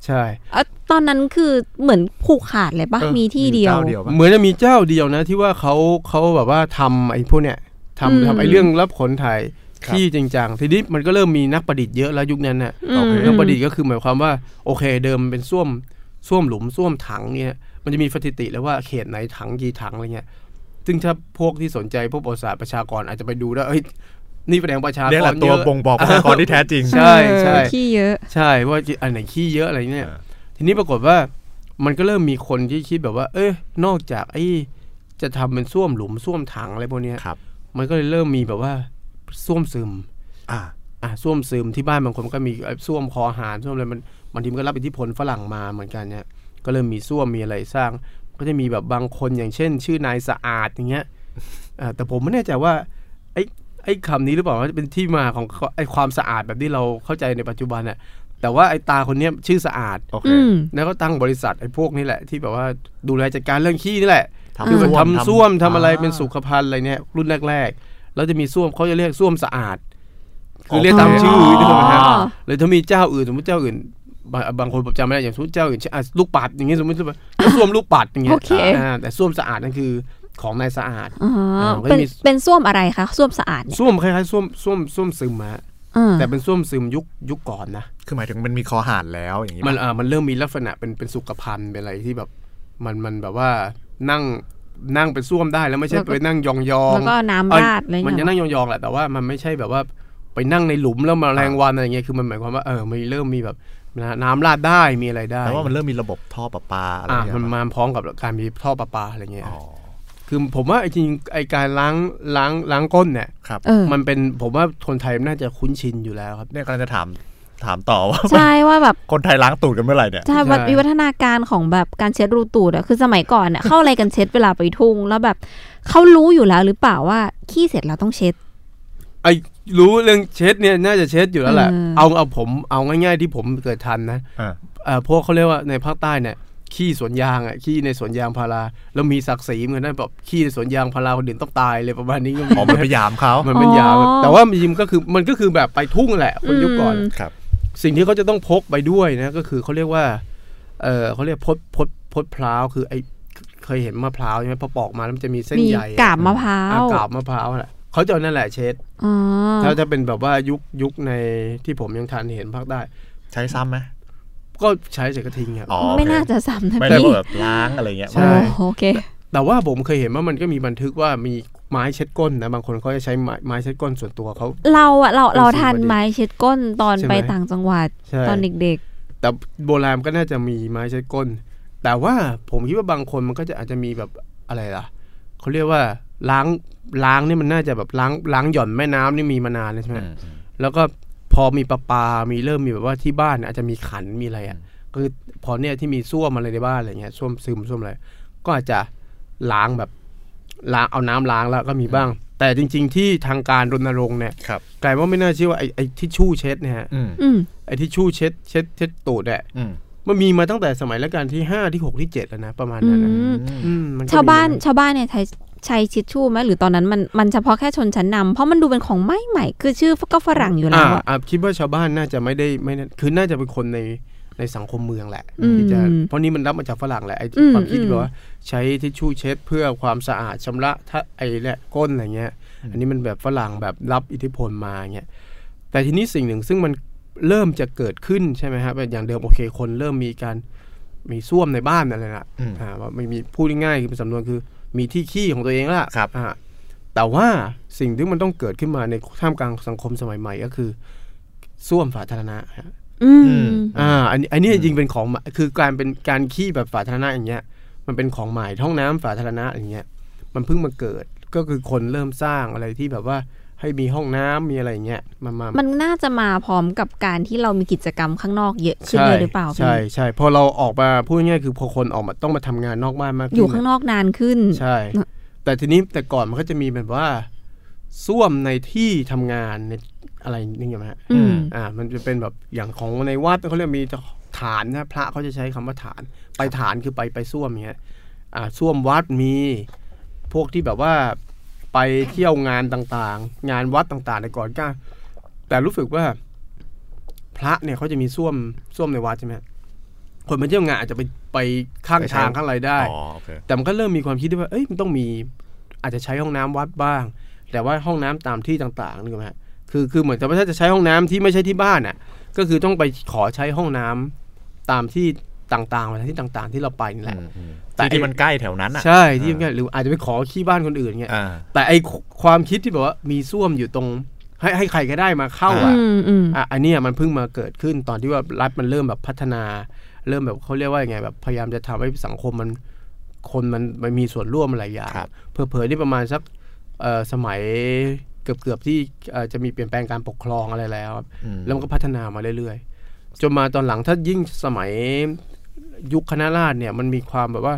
D: ใช่
C: เอ่อตอนนั้นคือเหมือนผูกขาดเลยปะ
B: เออ
C: มีที่เดีย
B: มี
C: ว
B: เจ้าเดียวปะ
D: เหมือนจะมีเจ้าเดียวนะที่ว่าเขาเขาแบบว่าทำไอ้พวกเนี้ย
C: อืม
D: ทำทำไอ้เรื่องรับขนถ่าย
B: ครับ
D: ที่จริงจังทีนี้มันก็เริ่มมีนักประดิษฐ์เยอะแล้วยุคนั้นน่ะ
C: อืม
D: นักประดิษฐ์ก็คือหมายความว่าโอเคเดิมเป็นส้วมส้วมหลุมส้วมถังเนี่ยมันจะมีสถิติแล้วว่าเขตไหนถังกี่ถังอะไรเงี้ยซึ่งถ้าพวกที่สนใจพวกประวัติศาสตร์ประชากรอาจจะไปดูแล้วเอ้ยนี่แสดงประชากร
B: เนี่ยแหละตัว
D: เยอะ
B: บ่งบอกประชากรที่แท้จริง
D: ใช่ใช่
C: เออขี้เยอะ
D: ใช่ว่าอันไหนขี้เยอะอะไรเนี่ย
B: เออ
D: ทีนี้ปรากฏว่ามันก็เริ่มมีคนที่คิดแบบว่า เอ้ยนอกจากไอ้จะทำเป็นส้วมหลุมส้วมถังอะไรพวกเนี้ย
B: ครับ
D: มันก็เลยเริ่มมีแบบว่าส้วมซึม
B: อ่า
D: อ่ะส้วมซึมที่บ้านบางคนก็มีไอ้ส้วมคอหารส้วมอะไรมันบางทีมันก็รับอิทธิพลฝรั่งมาเหมือนกันเนี่ยก็เริ่มมีส้วมมีอะไรสร้าง ก็จะมีแบบบางคนอย่างเช่น ชื่อนายสะอาดอย่างเงี้ยอ่ะแต่ผมไม่แน่ใจว่าไอ้ไอ้คำนี้หรือเปล่าว่าเป็นที่มาของไอ้ความสะอาดแบบที่เราเข้าใจในปัจจุบันน่ะแต่ว่าไอ้ตาคนเนี้ยชื่อสะอาด
B: โอเค
C: อืม
D: แล้วก็ตั้งบริษัทไอ้พวกนี้แหละที่แบบว่าดูแลจัดการเรื่องขี้นี่แหละ
C: อ่า
D: คือแบบทำส้วมทำอะไร
B: า
D: เป็นสุขภัณฑ์อะไรเนี่ยรุ่นแรกๆแล้วจะมีส้วมเขาจะเรียกส้วมสะอาด คือ
B: โอเค
D: เรียกตามชื่อ
C: อ
D: นี่ถูกไหมฮะ
C: อ๋อ
D: หรือถ้ามีเจ้าอื่นสมมติเจ้าอื่น บางบางคนผมจำไม่ได้อย่างสมมติเจ้าอื่นเช่นอ่ะลูกปัดอย่างเงี้ยสมมติว่าส้วมลูกปัดอย่างเงี้ย
C: โอเค
D: อ่าแต่ส้วมสะอาดนั่นคือของนายสะอาด
C: อ๋อ
D: แล้วก็
C: เป็น
D: มี
C: เป็นส้วมอะไรคะส้วมสะอาดเนี่ย
D: ส้วมคล้ายๆส้วมส้วมส้วมซึมฮะ
C: อ่า
D: แต่เป็นส้วมซึมยุคยุคก่อนนะ
B: คือหมายถึงมันมีคอหารแล้วอย่างนี้
D: มัน
B: ปะ
D: อ่ามันเริ่มมีลักษณะเป็นเป็นสุขภัณฑ์เป็นอะไรที่แบบมันมันแบบว่านั่งนั่งเป็นส้วมได้แล้วไม่ใช่ไปนั่งยองยอง
C: แล้วก็น้ำราดอะไร
D: มัน
C: เงี้
D: จะ
C: ย
D: นั่งยองยองๆแหละแต่ว่ามันไม่ใช่แบบว่าไปนั่งในหลุมแล้วมาแรงวันอะไรเงี้ยคือมันหมายความว่าเออมันเริ่มมีแบบน้ำราดได้มีอะไรได้
B: แต่ว่ามันเริ่มมีระบบท่อประปาอะไรอ
D: อ่า
B: ย่างเงี้ย
D: มัน
B: ปะ
D: มาพร้อมกับการมีท่อประปาอะไรเงี้ย
B: อ๋อ
D: คือผมว่าไอ้จริงๆไอ้การล้างล้างล้างก้นเนี่ย
B: ครับ
C: เออ
D: มันเป็นผมว่าคนไทยน่าจะคุ้นชินอยู่แล้วครับ
B: เนี่ยกำลังจะถามถามต่อว่า
C: ใช่ว่าแบบ
B: คนไทยล้างตูดกันเมื่อไหร่เนี่ย
C: ใช่
D: ใช่
C: ว่าวิวัฒนาการของแบบการเช็ดรูตูดอะคือสมัยก่อนอะเข้าอะไรกันเช็ดเวลาไปทุ่ง แล้วแบบเขารู้อยู่แล้วหรือเปล่าว่าขี้เสร็จแล้วต้องเช็ด
D: ไอ้รู้เรื่องเช็ดเนี่ยน่าจะเช็ดอยู่แล้วแหละ
C: เออ
D: เอาเอาผมเอาง่ายๆที่ผมเกิดทันนะ
B: อ่า
D: เอ่อพวกเขาเรียกว่าในภาคใต้เนี่ยขี้สวนยางอ่ะขี้ในสวนยางพาราแล้วมีศักดิ์ศรีเหมือนกันแบบขี้ในสวนยางพาราคนอื่นต้องตายเลยประมาณนี้ก็มี
B: อ๋อมันพยายามเขา
D: มันเป็นยาง
C: อ๋อ
D: แต่ว่ามันยิมก็คือมันก็คือแบบไปทุ่งแหละคนยุคก่อน
C: ม
B: ครับ
D: สิ่งที่เขาจะต้องพกไปด้วยนะก็คือเขาเรียกว่าเออเขาเรียกพดพดพดพร้าวคือไอเคยเห็นมะพร้าวใช่ไหมพอปอกมาแล้วมันจะมีเส้น
C: มี
D: ใย
C: กาบมะพร้า
D: อ่ะ
C: ว
D: กาบมะพร้าวแหละเขาจะเอานั่นแหละเช็ด
C: อ๋อ
D: ถ้าจะเป็นแบบว่ายุคยุคในที่ผมยังทันเห็นภาคใต้
B: ใช้ซ้ำไหม
D: ก็ใช้เศษกระทิงครับ
B: อ๋อโอเค
C: ไม่น่าจะซ้ำนะ
B: ไม่ได้
C: พี่
B: ว่าแบบล้างอะไรเงี้ย
D: ใช่
B: ไม่ได้
C: โอ้โหโอเค
D: แต่ว่าผมเคยเห็นว่ามันก็มีบันทึกว่ามีไม้เช็ดก้นนะบางคนเขาจะใช้ไม้ไม้เช็ดก้นส่วนตัวเขา
C: เราอะเราเรา
D: เป็นสิ่ง
C: ทัน
D: ประดิษฐ์
C: ไม้เช็ดก้นตอน
D: ใช่ไหม
C: ไปต่างจังหวัด
D: ใช่
C: ตอนเด็ก
D: แต่โบราณก็น่าจะมีไม้เช็ดก้น แต่ว่าผมคิดว่าบางคนมันก็จะอาจจะมีแบบอะไรล่ะเขาเรียกว่าล้างล้างนี่มันน่าจะแบบล้างล้างหย่อนแม่น้ำนี่มีมานานแล้วใช่ไหม
B: อืมอืม
D: แล้วก็พอมีประปา มีเริ่มมีแบบว่าที่บ้านอาจจะมีขันมีอะไรอ่ะคือพอเนี่ยที่มีส้วมอะไรในบ้านอะไรเงี้ยส้วมซึมส้วมอะไรก็อาจจะล้างแบบล้างเอาน้ำล้างแล้วก็มีบ้าง แต่จริง ๆ ที่ทางการรณรงค์เนี่ย
B: ครับ
D: กลายว่าไม่น่าเชื่อว่าไอ้ไอ้ทิชชู่เช็ดเนี่ยฮะ
B: อืม
C: ๆ อืม
D: ไอ้ทิชชู่เช็ดเช็ดเช็ดตูดเนี่ย
B: อืม
D: มันมีมาตั้งแต่สมัยรัชกาลที่ห้าที่หกที่เจ็ดแล้วนะ ประมาณ
C: อื
D: นั้นนะ
C: ม
B: อืม
D: อืมมัก็มี
C: ชาวบ้านชาวบ้านเนี่ยใช้ใช้ทิชชู่ไหมหรือตอนนั้นมันมันเฉพาะแค่ชนชั้นนำเพราะมันดูเป็นของไม่ใหม่ คือชื่อก็ฝรั่งอยู่แล้
D: อ่าว
C: อะ
D: อ่าคิดว่าชาวบ้านน่าจะไม่ได้ไม่ได้คือน่าจะเป็นคนในในสังคมเมืองแหละที่จะ
C: อืม
D: เพราะนี่มันรับมาจากฝรั่งแหละไอ้
C: อืม
D: ความคิด
C: อืม
D: ที่แบบว่าใช้ทิชชู่เช็ดเพื่อความสะอาดชำระถ้าไอ้และก้นอะไรเงี้ย อันนี้มันแบบฝรั่งแบบรับอิทธิพลมาเงี้ยแต่ทีนี้สิ่งหนึ่งซึ่งมันเริ่มจะเกิดขึ้นใช่ไหมครับอย่างเดิมโอเคคนเริ่มมีการมีส้วมในบ้านอะไรนะ
B: อืม
D: อ่าว่าไม่มีพูดง่ายๆคือเป็นสำนวนคือมีที่ขี้ของตัวเองแล้วล่ะ
B: ครับ
D: อ่าแต่ว่าสิ่งที่มันต้องเกิดขึ้นมาในท่ามกลางสังคมสมัยใหม่ก็คือส้วมสาธารณะฮะ
C: อืม
D: อ่าอันนี้อันนี้จริงๆเป็นของคือการเป็นการขี้แบบสาธารณะอย่างเงี้ยมันเป็นของใหม่ห้องน้ำสาธารณะอย่างเงี้ยมันเพิ่งมาเกิดก็คือคนเริ่มสร้างอะไรที่แบบว่าให้มีห้องน้ำมีอะไรอย่างเงี้ยมันมา
C: มันน่าจะมาพร้อมกับการที่เรามีกิจกรรมข้างนอกเยอะขึ้นเลยหรือเปล่าพี่
D: ใช่ใช่พอเราออกมาพูดง่ายๆคือพอคนออกมาต้องมาทำงานนอกบ้านมากขึ้น
C: อยู่
D: เนี่
C: ข้างนอกนานขึ้น
D: ใช่
C: นะ
D: แต่ทีนี้แต่ก่อนมันก็จะมีแบบว่าส้วมในที่ทำงานในอะไรนี่ไงฮะ
C: อืม
D: อ่า มันจะเป็นแบบอย่างของในวัดเขาเรียกมีฐานนะพระเขาจะใช้คำว่าฐาน ไปฐานคือไปไปส้วมอย่างเงี้ยอ่าส้วมวัดมี พวกที่แบบว่าไปเที่ยวงานต่างๆ งานวัดต่างๆในก่อนก็แต่รู้สึกว่า พระเนี่ยเขาจะมีส้วมส้วมในวัดใช่ไหมฮะคนไปเที่ยวงานอาจจะไปไปข้างทางข้างอะไรได้
B: อ๋อโอเค
D: แต่มันก็เริ่มมีความคิดที่ว่า เอ้ย มันต้องมี อาจจะใช้ห้องน้ำวัดบ้าง แต่ว่าห้องน้ำตามที่ต่างๆนึกออกไหมฮะคือ คือเหมือนแต่ว่าถ้าจะใช้ห้องน้ำที่ไม่ใช่ที่บ้านอ่ะ ก็คือต้องไปขอใช้ห้องน้ำตามที่ต่างๆสถานที่ต่างๆ ที่เราไปนี่แหละ
B: อืมอืม
D: แต่
B: ที่ที่มันใกล้แถวนั้นอ่ะ
D: ใช่ ที่ง่ายหรืออาจจะไปขอขี้บ้านคนอื่นเงี้ย
B: อ่า
D: แต่ไอความคิดที่แบบว่า มีส้วมอยู่ตรง ให้ให้ใครก็ได้มาเข้า
B: ว่
D: อ่ะ
C: อืมอืม
D: อ่ะอันเนี้ยมันเพิ่งมาเกิดขึ้นตอนที่ว่ารัฐมันเริ่มแบบพัฒนา เริ่มแบบเขาเรียกว่ายังไงแบบพยายามจะทำให้สังคมมันคนมันมันมีส่วนร่วมหลายอย่าง
B: ครับ
D: เผลอๆนี่ประมาณสักเอ่อสมัย เกือบเกือบๆที่เอ่อจะมีเปลี่ยนแปลงการปกครองอะไรแล้วครับ
B: อืม
D: แล้วมันก็พัฒนามาเรื่อยๆ จนมาตอนหลังถ้ายิ่งสมัยยุคคณะราษฎรเนี่ยมันมีความแบบว่า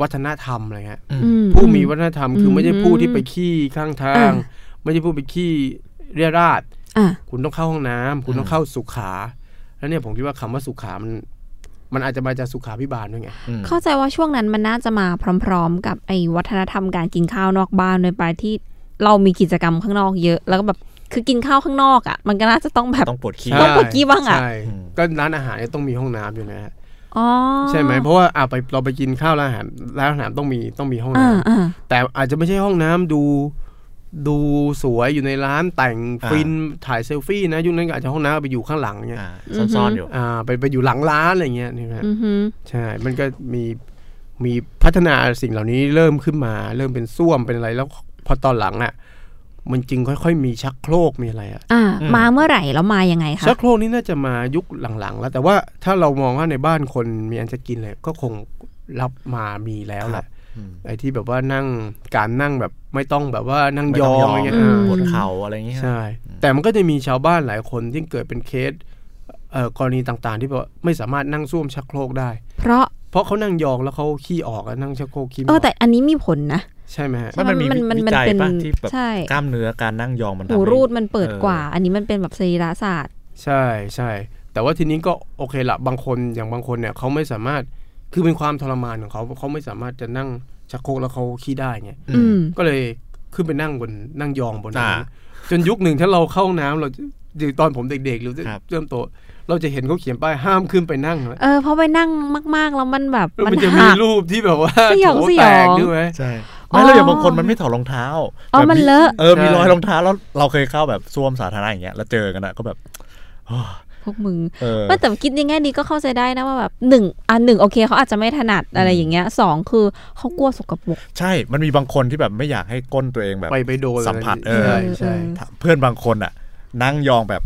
D: วัฒนธรรมอะไรเงี้ย
C: อื
D: ผู้มีวัฒนธรรมคืออ
C: ม
D: ไม่ใช่ผู้ที่ไปขี้ข้างทาง
C: อ่า
D: ไม่ใช่ผู้ไปขี้เรียราด
C: อ่ะ
D: คุณต้องเข้าห้องน้ำคุณต้องเข้าสุขา แล้วเนี่ยผมคิดว่าคำว่าสุขามัน มันอาจจะมาจากสุขาพิบาลด้วยไง
B: อืม
C: เข้าใจว่าช่วงนั้นมันน่าจะมาพร้อม ๆ กับไอ้วัฒนธรรมการกินข้าวนอกบ้านโดยไปที่เรามีกิจกรรมข้างนอกเยอะ แล้วก็แบบคือกินข้าวข้างนอกอ่ะ มันก็น่าจะต้องแบบ
B: ต้องปวดขี้
C: ใช่ ต้องปวดขี้บ้างอะ
D: ใช่
B: อืม
D: ก็ร้านอาหารเนี่ยต้องมีห้องน้ำอยู่นะฮะ
C: อ๋อ
D: ใช่ไหมเพราะว่าอ่ะไปเราไปกินข้าวร้านอาหารร้านอาหารต้องมีต้องมีห้อง
C: อ่า
D: น้ำ
C: อ่า
D: แต่อาจจะไม่ใช่ห้องน้ำดู ดูสวยอยู่ในร้านแต่ง
B: อ่า
D: ฟินถ่ายเซลฟี่นะยุคนั้นก็อาจจะห้องน้ำไปอยู่ข้างหลังเงี้ย
B: อ่าซ่อนๆอยู่
D: อ่าไปไปอยู่หลังร้านอะไรเงี้ยนี่ฮะ
C: อือหือ
D: ใช่มันก็มีมีพัฒนาสิ่งเหล่านี้เริ่มขึ้นมา เริ่มเป็นส้วมเป็นอะไรแล้วพอตอนหลังอ่ะมันจึงค่อย ๆ มีชักโครกมีอะไรอ่ะ
C: อ่า
B: อืม
C: มาเมื่อไหร่แล้วมายังไงคะ
D: ชักโครกนี่น่าจะมายุคหลังๆ แล้ว แต่ว่าถ้าเรามองว่าในบ้านคนมีอันจะกินเลยก็คงรับมามีแล้วแหละ
B: อืม
D: ไอ้ที่แบบว่านั่งการนั่งแบบไม่ต้องแบบว่านั่ง
B: ไม่
D: ย
B: ต้
D: อง
B: ย
D: อะไรเงี้ย
B: อ
D: อ่า
B: มปวดเข่าอะไรอย่างเงี้ย
D: ใช่ แต่มันก็จะมีชาวบ้านหลายคนที่เกิดเป็นเคสเอ่อกรณีต่างๆ ที่แบบว่าไม่สามารถนั่งส้วมชักโครกได้
C: เพราะ
D: เพราะเขานั่งยองแล้วเขาขี้ออกแล้วนั่งชักโครกขี้ไม่
C: เอ
D: อ
C: อ
D: อก
C: แต่อันนี้มีผลนะ
D: ใช่ไหมฮะ
B: มันมันมี
C: มั
B: วิ
C: มั
B: จัย
C: เป็น
B: ปะที่แบบ
C: ใช่
B: กล้ามเนื้อการนั่งยองมันทำ
C: หู
B: ให้
C: รูดมันเปิด
B: เออ
C: กว่า อันนี้มันเป็นแบบสรีระศาสตร์
D: ใช่ใช่ แต่ว่าทีนี้ก็โอเคละบางคนอย่างบางคนเนี่ยเขาไม่สามารถคือเป็นความทรมานของเขาเขาไม่สามารถจะนั่งชักโครกแล้วเขาขี้ได้ไง
C: อืม
D: ก็เลยขึ้นไปนั่งบนนั่งยองบนนั้
B: อ่าน
D: จนยุคหนึ่งถ้าเราเข้าห้องน้ำเราจะตอนผมเด็กๆหรือ
B: ครับ
D: เริ่มโตเราจะเห็นเขาเขียนป้ายห้ามขึ้นไปนั่งนะ
C: เออเพราะไปนั่งมาก ๆ แล้วมันแบบ
D: แล้ว
C: มัน
D: มันจะมี
C: หัก
D: รูปที่แบบว่า
C: สยอง
D: โถ
C: สย
D: แต
C: อง
D: กด้วยไหม
B: ใช่
C: อ๋อ
B: ไม่แล้วอย่างบางคนมันไม่ถอดรองเท้า
C: อ๋อ
B: แบบ
C: มันเลอะ
B: เออมี
D: ใช่
B: รอยรองเท้าแล้วเราเคยเข้าแบบซ่วมสาธารณะอย่างเงี้ยแล้วเจอกันอะก็แบบอ้อ
C: พวกมึง
B: เออ
C: ไม่แต่คิดในแง่ดีก็เข้าใจได้นะว่าแบบหนึ่งอ่ะหนึ่งโอเคเขาอาจจะไม่ถนัดอะไรอย่างเงี้ยสองคือเขากลัวสกปรก
B: ใช่ มันมีบางคนที่แบบไม่อยากให้ก้นตัวเองแบบ
D: ไปไปโดน
B: สัมผัสเออ
D: ใช่ใช่
B: เพื่อนบางคนอ่ะ นั่งยองแบบ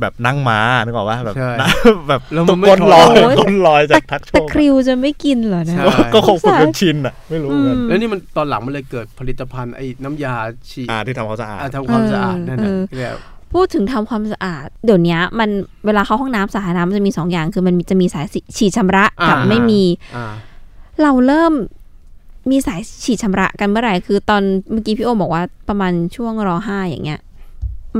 B: แบบนั่งม้านึกออกว่าแบบ
D: ใช่
B: นั่ง แบบ
D: แล้วมันไม่
B: ก้นลอย
D: ถอด
B: ก้นลอยจากทักโช
C: ตะ
B: ก
C: คริวจะไม่กินเหรอนะ
D: ใช่
B: ก็คงฝึกจนชินอ่ะ ไม่รู้เหมือนกัน
C: อืม
D: แล้วนี่มันตอนหลังมันเลยเกิดผลิตภัณฑ์ไอ้น้ำยาฉีด
B: อ่าที่ทำเขามสะอาด
D: อ่ะทำความสะอาดนั่นน่ะ
C: เออ
D: เนี่ย
C: พูดถึงทำความสะอาด เดี๋ยวเนี้ยมันเวลาเข้าห้องน้ำสาธารณะมันจะมีสองอย่าง คือมันมีจะมีสายสิฉีดชำระกับ
B: อ่า
C: ไม่มี
D: อ่า
C: เราเริ่มมีสายฉีดชำระกันเมื่อไหร่ คือตอนเมื่อกี้พี่โอบอกว่าประมาณช่วงรอห้าอย่างเงี้ย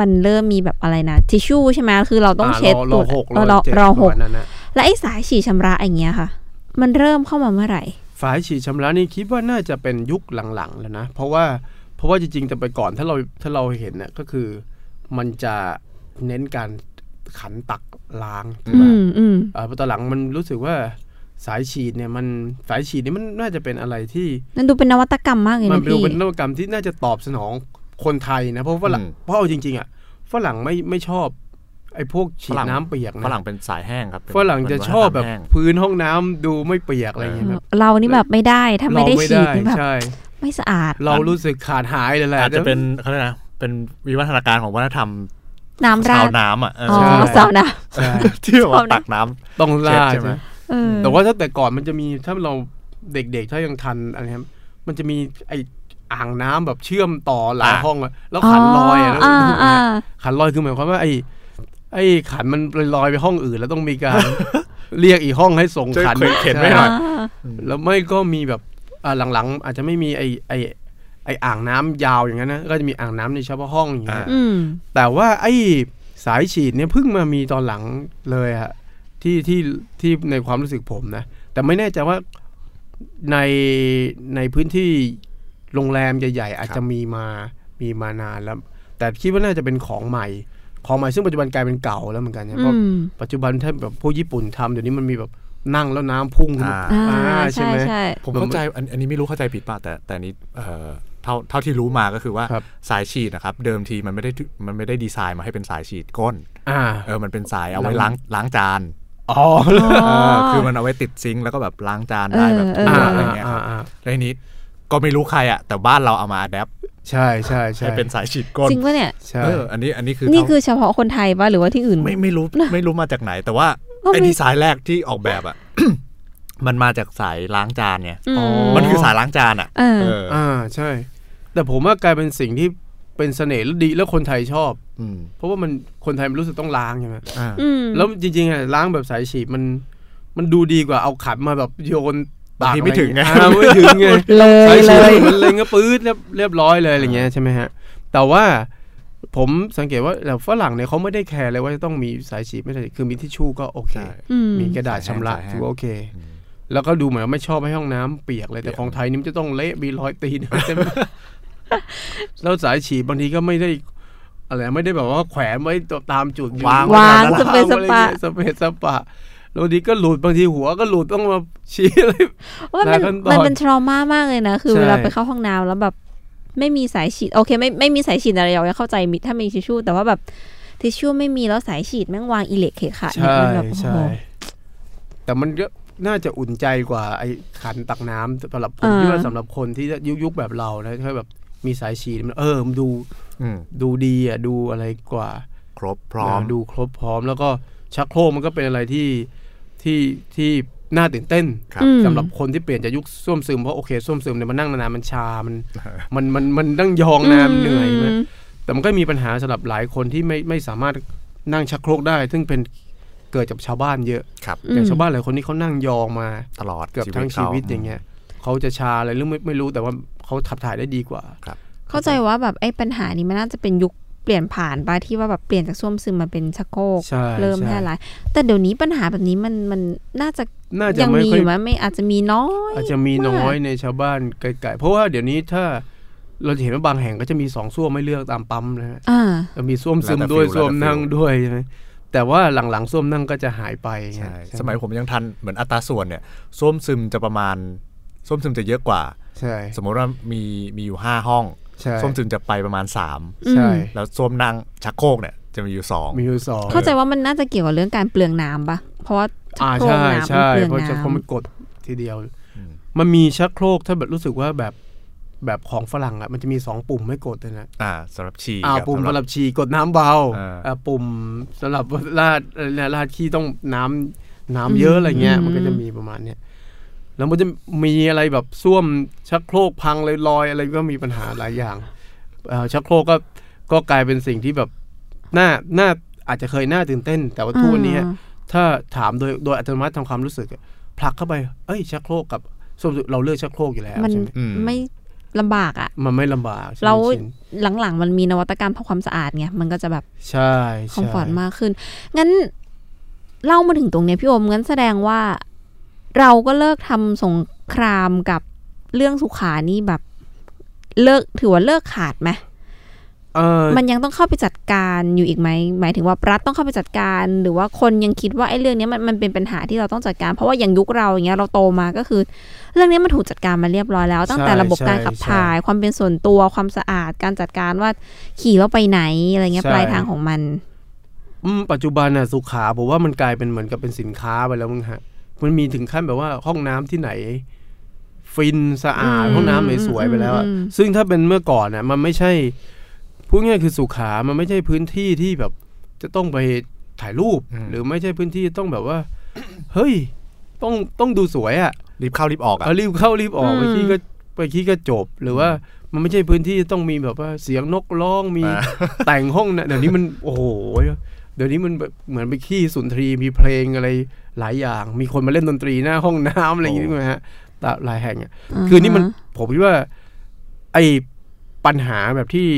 C: มันเริ่มมีแบบอะไรนะทิชชู่ใช่ไหมคือเราต้องเช็ด
D: ร
C: ตั
D: อ
C: ว
D: หก
C: รอรอ
D: เจ็ด
C: รอหก
D: ประมาณนั้นนะ
C: และไอ้สายฉีดชำระอย่างเงี้ยค่ะ มันเริ่มเข้ามาเมื่อไหร่
D: ฝายฉีดชำระนี่คิดว่าน่าจะเป็นยุคหลังๆแล้วนะ เพราะว่าเพราะว่าจริงๆแต่ไปก่อนถ้าเราถ้าเราเห็นน่ะก็คือ มันจะเน้นการขันตักล้าง
C: อืมอืม
D: เอ่อพอตอนหลังมันรู้สึกว่าสายฉีดเนี่ยมันสายฉีดนี่มันน่าจะเป็นอะไรที่
C: นั่นดูเป็นนวัตกรรมมากเลย
D: มัน
C: นะ
D: เป็น
C: พี่
D: เป็นนวัตกรรมที่น่าจะตอบสนองคนไทยนะ เพราะฝรั่ง
B: อืม
D: เพราะเอาจริงๆอ่ะฝรั่งไม่ไม่ชอบไอ้พวกฉี
B: ฝ
D: ด
B: รั่ง
D: น้ำเปียกนะ
B: ฝรั่งเป็นสายแห้งครับเป็น
D: ฝรั่งจะ
B: เป็น
D: ชอบแบบ
B: ห้ง
D: พื้นห้องน้ำดูไม่เปียกอะไรอย่างเงี้ยแบบ
C: เรานี่แบบไม่ได้ถ้าไม่ได้
D: เร
C: ฉีดนี่แบบ
D: ใช่
C: ไม่สะอาด
D: เรารู้สึกขาดหายเลยแหละ
B: อาจจะเป็นเขาเรียกนะเป็นวิวัฒนาการของวัฒนธรรม
C: น้ำรา
B: ชาว
C: ด
B: น้ำอ่ะเออ
C: อ๋อ
D: ใช่
C: สาวนะ
D: ใช่
B: ที่แบบว่า
C: ชาวน้ำ
B: ตักน้ำ
D: ต้องลาด
B: เช็ดใช่
D: ใช่
B: ไหม
D: ไหม
C: เออ
D: แต่ว่าถ้าแต่ก่อนมันจะมีถ้าเราเด็กๆถ้ายังทันอะไรครับมันจะมีไออ่างน้ำแบบเชื่อมต่อหลาย
B: อ่า
D: ห้องอะแล้วขันลอยอะแล้ว
C: อ่าอ่า
D: ขันลอยคือหมายความว่าไอ้ไอ้ขันมันลอยไปห้องอื่นแล้วต้องมี การ เรียกอีกห้องให้ส่ง
B: ช่วย
D: ขัน
B: เข็นเข็น
D: ใช่
B: ไว้หน่อย
D: แล้วไม่ก็มีแบบอ่าหลังๆ อาจจะไม่มีไอ้ไอ้ไอ้อ่างน้ำยาวอย่างนั้นนะก็จะมีอ่างน้ำในเฉพาะห้องอย่างเงี้ย
B: อ่า
C: อืม
D: แต่ว่าไอ้สายฉีดเนี่ยเพิ่งมามีตอนหลังเลยฮะที่ที่ที่ในความรู้สึกผมนะ แต่ไม่แน่ใจว่าในในพื้นที่โรงแรมใหญ่ๆ อาจจะมีมามีมานานแล้ว แต่คิดว่าน่าจะเป็นของใหม่ ของใหม่ซึ่งปัจจุบันกลายเป็นเก่าแล้วเหมือนกันนะเพราะ
C: อืม
D: ปัจจุบันถ้าแบบพวกญี่ปุ่นทำเดี๋ยวนี้มันมีแบบนั่งแล้วน้ำพุ่งขึ้นมา
C: อ่า
D: อ่าใช่
C: ใช่
D: ไหม
C: ใช่
B: ผมเข้าใจอันอันนี้ไม่รู้เข้าใจผิดป่ะแต่แต่อันนี้เอ่อเท่าเท่าที่รู้มาก็คือว่า
D: ครับ
B: สายฉีดนะครับ เดิมทีมันไม่ได้ถึมันไม่ได้ดีไซน์มาให้เป็นสายฉีดก้น
D: อ่า
B: เออมันเป็นสายเอาไว้ล้างล้างจาน
D: อ๋อ
C: อ๋
B: เอ
C: อ
B: อคือมันเอาไว้ติดซิงค์แล้วก็แบบล้างจานได้แบบ
C: เออ
B: ทั่วอะ
C: เอออ
B: ไรเงี้ยครับแล้วทีนี้ก็ไม่รู้ใครอ่ะแต่บ้านเราเอามาอัดแอป
D: ใช่ใช่ใช่
B: ให้เป็นสายฉีดก้น
C: จริงปะเนี่ย
D: ใช่
B: เอออันนี้อันนี้คือ
C: นี่
B: เท่า
C: คือเฉพาะคนไทยปะหรือว่าที่อื่น
B: ไม่ไม่รู้ไม่รู้มาจากไหน แต่ว่า
C: ก็ไม่
B: ไอ้ดีไซน์แรกที่ออกแบบอ่ะ มันมาจากสายล้างจานเนี่ย
C: อืม
B: มันคือสายล้างจานอ่ะ
C: เออ
B: เออ
D: อ่าใช่ แต่ผมว่ากลายเป็นสิ่งที่ เป็นเสน่ห์และดีแล้วคนไทยชอบ
B: อืม
D: เพราะว่ามันคนไทยมันรู้สึกต้องล้างใช่ไหม
B: อ่า
C: อืม
D: แล้วจริงๆอ่ะล้างแบบสายฉีดมันมันดูดีกว่าเอาขันมาแบบโยน
B: บาง
D: ปาก
B: ทีไม่ถึงไง
D: อ่าไม่ถึงไง
C: เลย
D: ใช่
C: เล
D: ใช่
C: ย
D: มันเลยก็ปื๊ดเรียบเรียบร้อยเลยอะไรเงี้ยใช่ไหมฮะ แต่ว่าผมสังเกตว่าแต่ฝรั่งเนี่ยเขาไม่ได้แคร์เลยว่าจะต้องมีสายฉีดไม่ใช่คือมีทิชชู่ก็โอเค
B: ใช่
C: อืม
D: มีกระดาษชำระ
B: สายแห้ง
D: ถือว่าโอเค
B: อืม
D: แล้วก็ดูเหมือนว่าไม่ชอบให้ห้องน้ำเปียกเลยแต่
B: เปียก
D: ของไทยนี่มันจะต้องเละมีรอยตีน เต็มแล้วสายฉีดบางทีก็ไม่ได้อะไรไม่ได้แบบว่าแขวนไว้ตามจุดอยู่
B: วาง
C: วาง
B: ไว้
C: ส
B: นาน
C: เป
B: แล้ว
C: ซสปะ
D: สเปซสปะแล้วบางทีก็หลุดบางทีหัวก็หลุดต้องมาชี้อะไร
C: ว่ามัน
D: หลายขั้นตอน
C: มันเป็นทรมามากเลยนะ คือ
D: ใช่
C: เวลาไปเข้าห้องน้ำแล้วแบบ ไม่มีสายฉีด โอเค ไม่ไม่มีสายฉีดอะไรเราเข้าใจมีถ้ามีทิชชู่แต่ว่าแบบทิชชู่ไม่มีแล้วสายฉีดแม่งวางอิเล็กเขขะเนี่ย
D: ใช่
C: มันแบบโอ้โห
D: ใช่ แต่มันก็น่าจะอุ่นใจกว่าไอ้ขันตักน้ำสำหรับผม
C: อ่า
D: ที่ว่าสำหรับคนที่ยุคยุคแบบเรานะที่แบบมีสายฉีดมันเออมันดู
B: อืม
D: ดูดีอ่ะดูอะไรกว่า
B: ครบพร้อม
D: นะดูครบพร้อม แล้วก็ชักโครกมันก็เป็นอะไรที่ที่ที่น่าตื่นเต้น
B: ครับ
C: อืม
D: สำหรับคนที่เปลี่ยนจากยุคส้วมซึมเพราะโอเคส้วมซึมเนี่ยมันนั่งนานๆมันชา มันมันมันมันนั่งยองนานมันเหนื่อยมัน แต่มันก็มีปัญหาสำหรับหลายคนที่ไม่ไม่สามารถนั่งชักโครกได้ ซึ่งเป็นเกิดจากชาวบ้านเยอะ
B: ครับ
C: อืม
D: อย่างชาวบ้านหลายคนนี่เขานั่งยองมา
B: ตลอด
D: เกือบทั้งชีวิต
B: ข
D: อย่างเงี้ยเขาจะชาอะไรหรือไม่ไม่รู้แต่ว่าเขาขับถ่ายได้ดีกว่า
C: เข้าใจว่าแบบไอ้ปัญหานี้มันน่าจะเป็นยุคเปลี่ยนผ่านปะที่ว่าแบบเปลี่ยนจากส้วมซึมมาเป็นชักโครก
D: ใช่
C: เริ่มแพร่
D: ใช่
C: หลายแต่เดี๋ยวนี้ปัญหาแบบนี้มันมันน่าจะ
D: น่าจะ
C: ยัง
D: ไม่
C: มีอ
D: ค่อย
C: ยู่ไหมไม่อาจจะมีน้อย
D: อาจจะมีน้อยในชาวบ้านไกลๆเพราะว่าเดี๋ยวนี้ถ้าเราจะเห็นว่าบางแห่งก็จะมีสองส้วมไม่เลือกตามปั๊มนะฮะ
C: อ่า
D: จะมีส้วมซึม
B: แล้วแต่
D: ด้วย
B: ฟิล
D: ส้วม
B: แล้วแต่ฟิล
D: นั่งด้วยใช่ไหมแต่ว่าหลังๆส้วมนั่งก็จะหายไปไง
B: ใช่
D: ใช่ไห
B: สมัยผมยังทันเหมือนอัตราส่วนเนี่ยส้วมซึมจะประมาณส้วมซึมจะเยอะกว่า
D: ใช่
B: สมมติว่ามีมีอยู่ห้าห้อง
D: ใช่
B: ส้วมซึมจะไปประมาณสาม
D: ใช่
C: อืม
B: แล้วส้วมนั่งชักโครกเนี่ยจะมีอยู่สอง
D: มีอยู่สอง
C: เข้าใจว่ามันน่าจะเกี่ยวกับเรื่องการเปลืองน้ำปะเพราะว่าชั
D: อ่าก
C: โครก
D: ใช่
C: น้ำมัน
D: ใช่
C: เปลือง
D: เพราะจะ
C: น้ำ
D: เขามันกดทีเดียว มันมีชักโครกถ้าแบบรู้สึกว่าแบบแบบของฝรั่งอะมันจะมีสองปุ่มให้กดเลยนะ
B: อ่าสำหรับฉี่
D: อ่า
B: กั
D: ปุ่ม
B: สำห
D: สำห
B: รับ
D: รับฉี่กดน้ำเบา
B: อ่า
D: อ่าปุ่มสำหรับราดอะไรนะราดขี้ต้องน้ำน้ำเยอะอะไรเงี้ย
C: อืม
D: มันก็จะมีประมาณเนี้ยแล้วมันจะมีอะไรแบบส้วมชักโครกพังเลยลอยอะไรก็มีปัญหาหลายอย่างเอ่อชักโครกก็ก็กลายเป็นสิ่งที่แบบน่าน่าอาจจะเคยน่าตื่นเต้น แต่ว่าทุกวันนี้
C: อ่า
D: ถ้าถามโดยโดยอัตโนมัติทางความรู้สึกอะผลักเข้าไป เอ้ยชักโครกกับส้วมสุเราเลือกชักโครกอยู่แล้ว
C: มัน
D: ใช่ไหม
B: อืม
C: ไม่ลำบากอะ่ะ
D: มันไม่ลำบากใช่ไหม
C: เรา
D: ชิน
C: หลังๆ มันมีนวัตกรรมทำความสะอาดไงมันก็จะแบบ
D: ใช่
C: ค
D: ใช่
C: อมฟอร์ตมากขึ้น งั้นเล่ามาถึงตรงเนี้ยพี่โอมงั้นแสดงว่า เราก็เลิกทำสงครามกับเรื่องสุขานี่แบบ เลิกถือว่าเลิกขาดไหม
D: เออ
C: มันยังต้องเข้าไปจัดการอยู่อีกไหมหมายถึงว่ารัฐต้องเข้าไปจัดการ หรือว่าคนยังคิดว่าไอ้เรื่องเนี้ยมันมันเป็นปัญหาที่เราต้องจัดการ เพราะว่าอย่างยุคเราอย่างเงี้ยเราโตมาก็คือ เรื่องเนี้ยมันถูกจัดการมาเรียบร้อยแล้ว ตั้งแต่ระบบการขับถ่าย ความเป็นส่วนตัวความสะอาดการจัดการว่าขี่แล้วไปไหนอะไรเงี้ยปลายทางของมัน
D: อืมปัจจุบันน่ะสุขาผมว่ามันกลายเป็นเหมือนกับเป็นสินค้าไปแล้วมึงฮะ มันมีถึงขั้นแบบว่าห้องน้ำที่ไหน ฟินสะอาด
C: อืม
D: ห้องน้ำไหนสวยไปแล้วอะ
C: อืม
D: ซึ่งถ้าเป็นเมื่อก่อนน่ะมันไม่ใช่พูดง่ายๆคือสุขา มันไม่ใช่พื้นที่ที่แบบ จะต้องไปถ่ายรูป
B: อืม
D: หรือไม่ใช่พื้นที่ต้องแบบว่า เฮ้ย ต้องต้องดูสวยอะ
B: รีบเข้ารีบออกอ่ะ
D: เอารีบเข้ารีบออก
C: อืม
D: ไปขี้ก็ไปขี้ก็จบหรือว่ามันไม่ใช่พื้นที่ต้องมีแบบว่าเสียงนกร้องมี
B: อ่า
D: แต่งห้องนะเดี๋ยวนี้มันโอ้โหเดี๋ยวนี้มันแบบเหมือนไปขี้สุนทรีมีเพลงอะไรหลายอย่าง มีคนมาเล่นดนตรีหน้าห้องน้ำอะไรอย่างเงี้ยนะฮะตามหลายแห่งอะคือนี่มันผมคิดว่า ไอ้ปัญหาแบบที่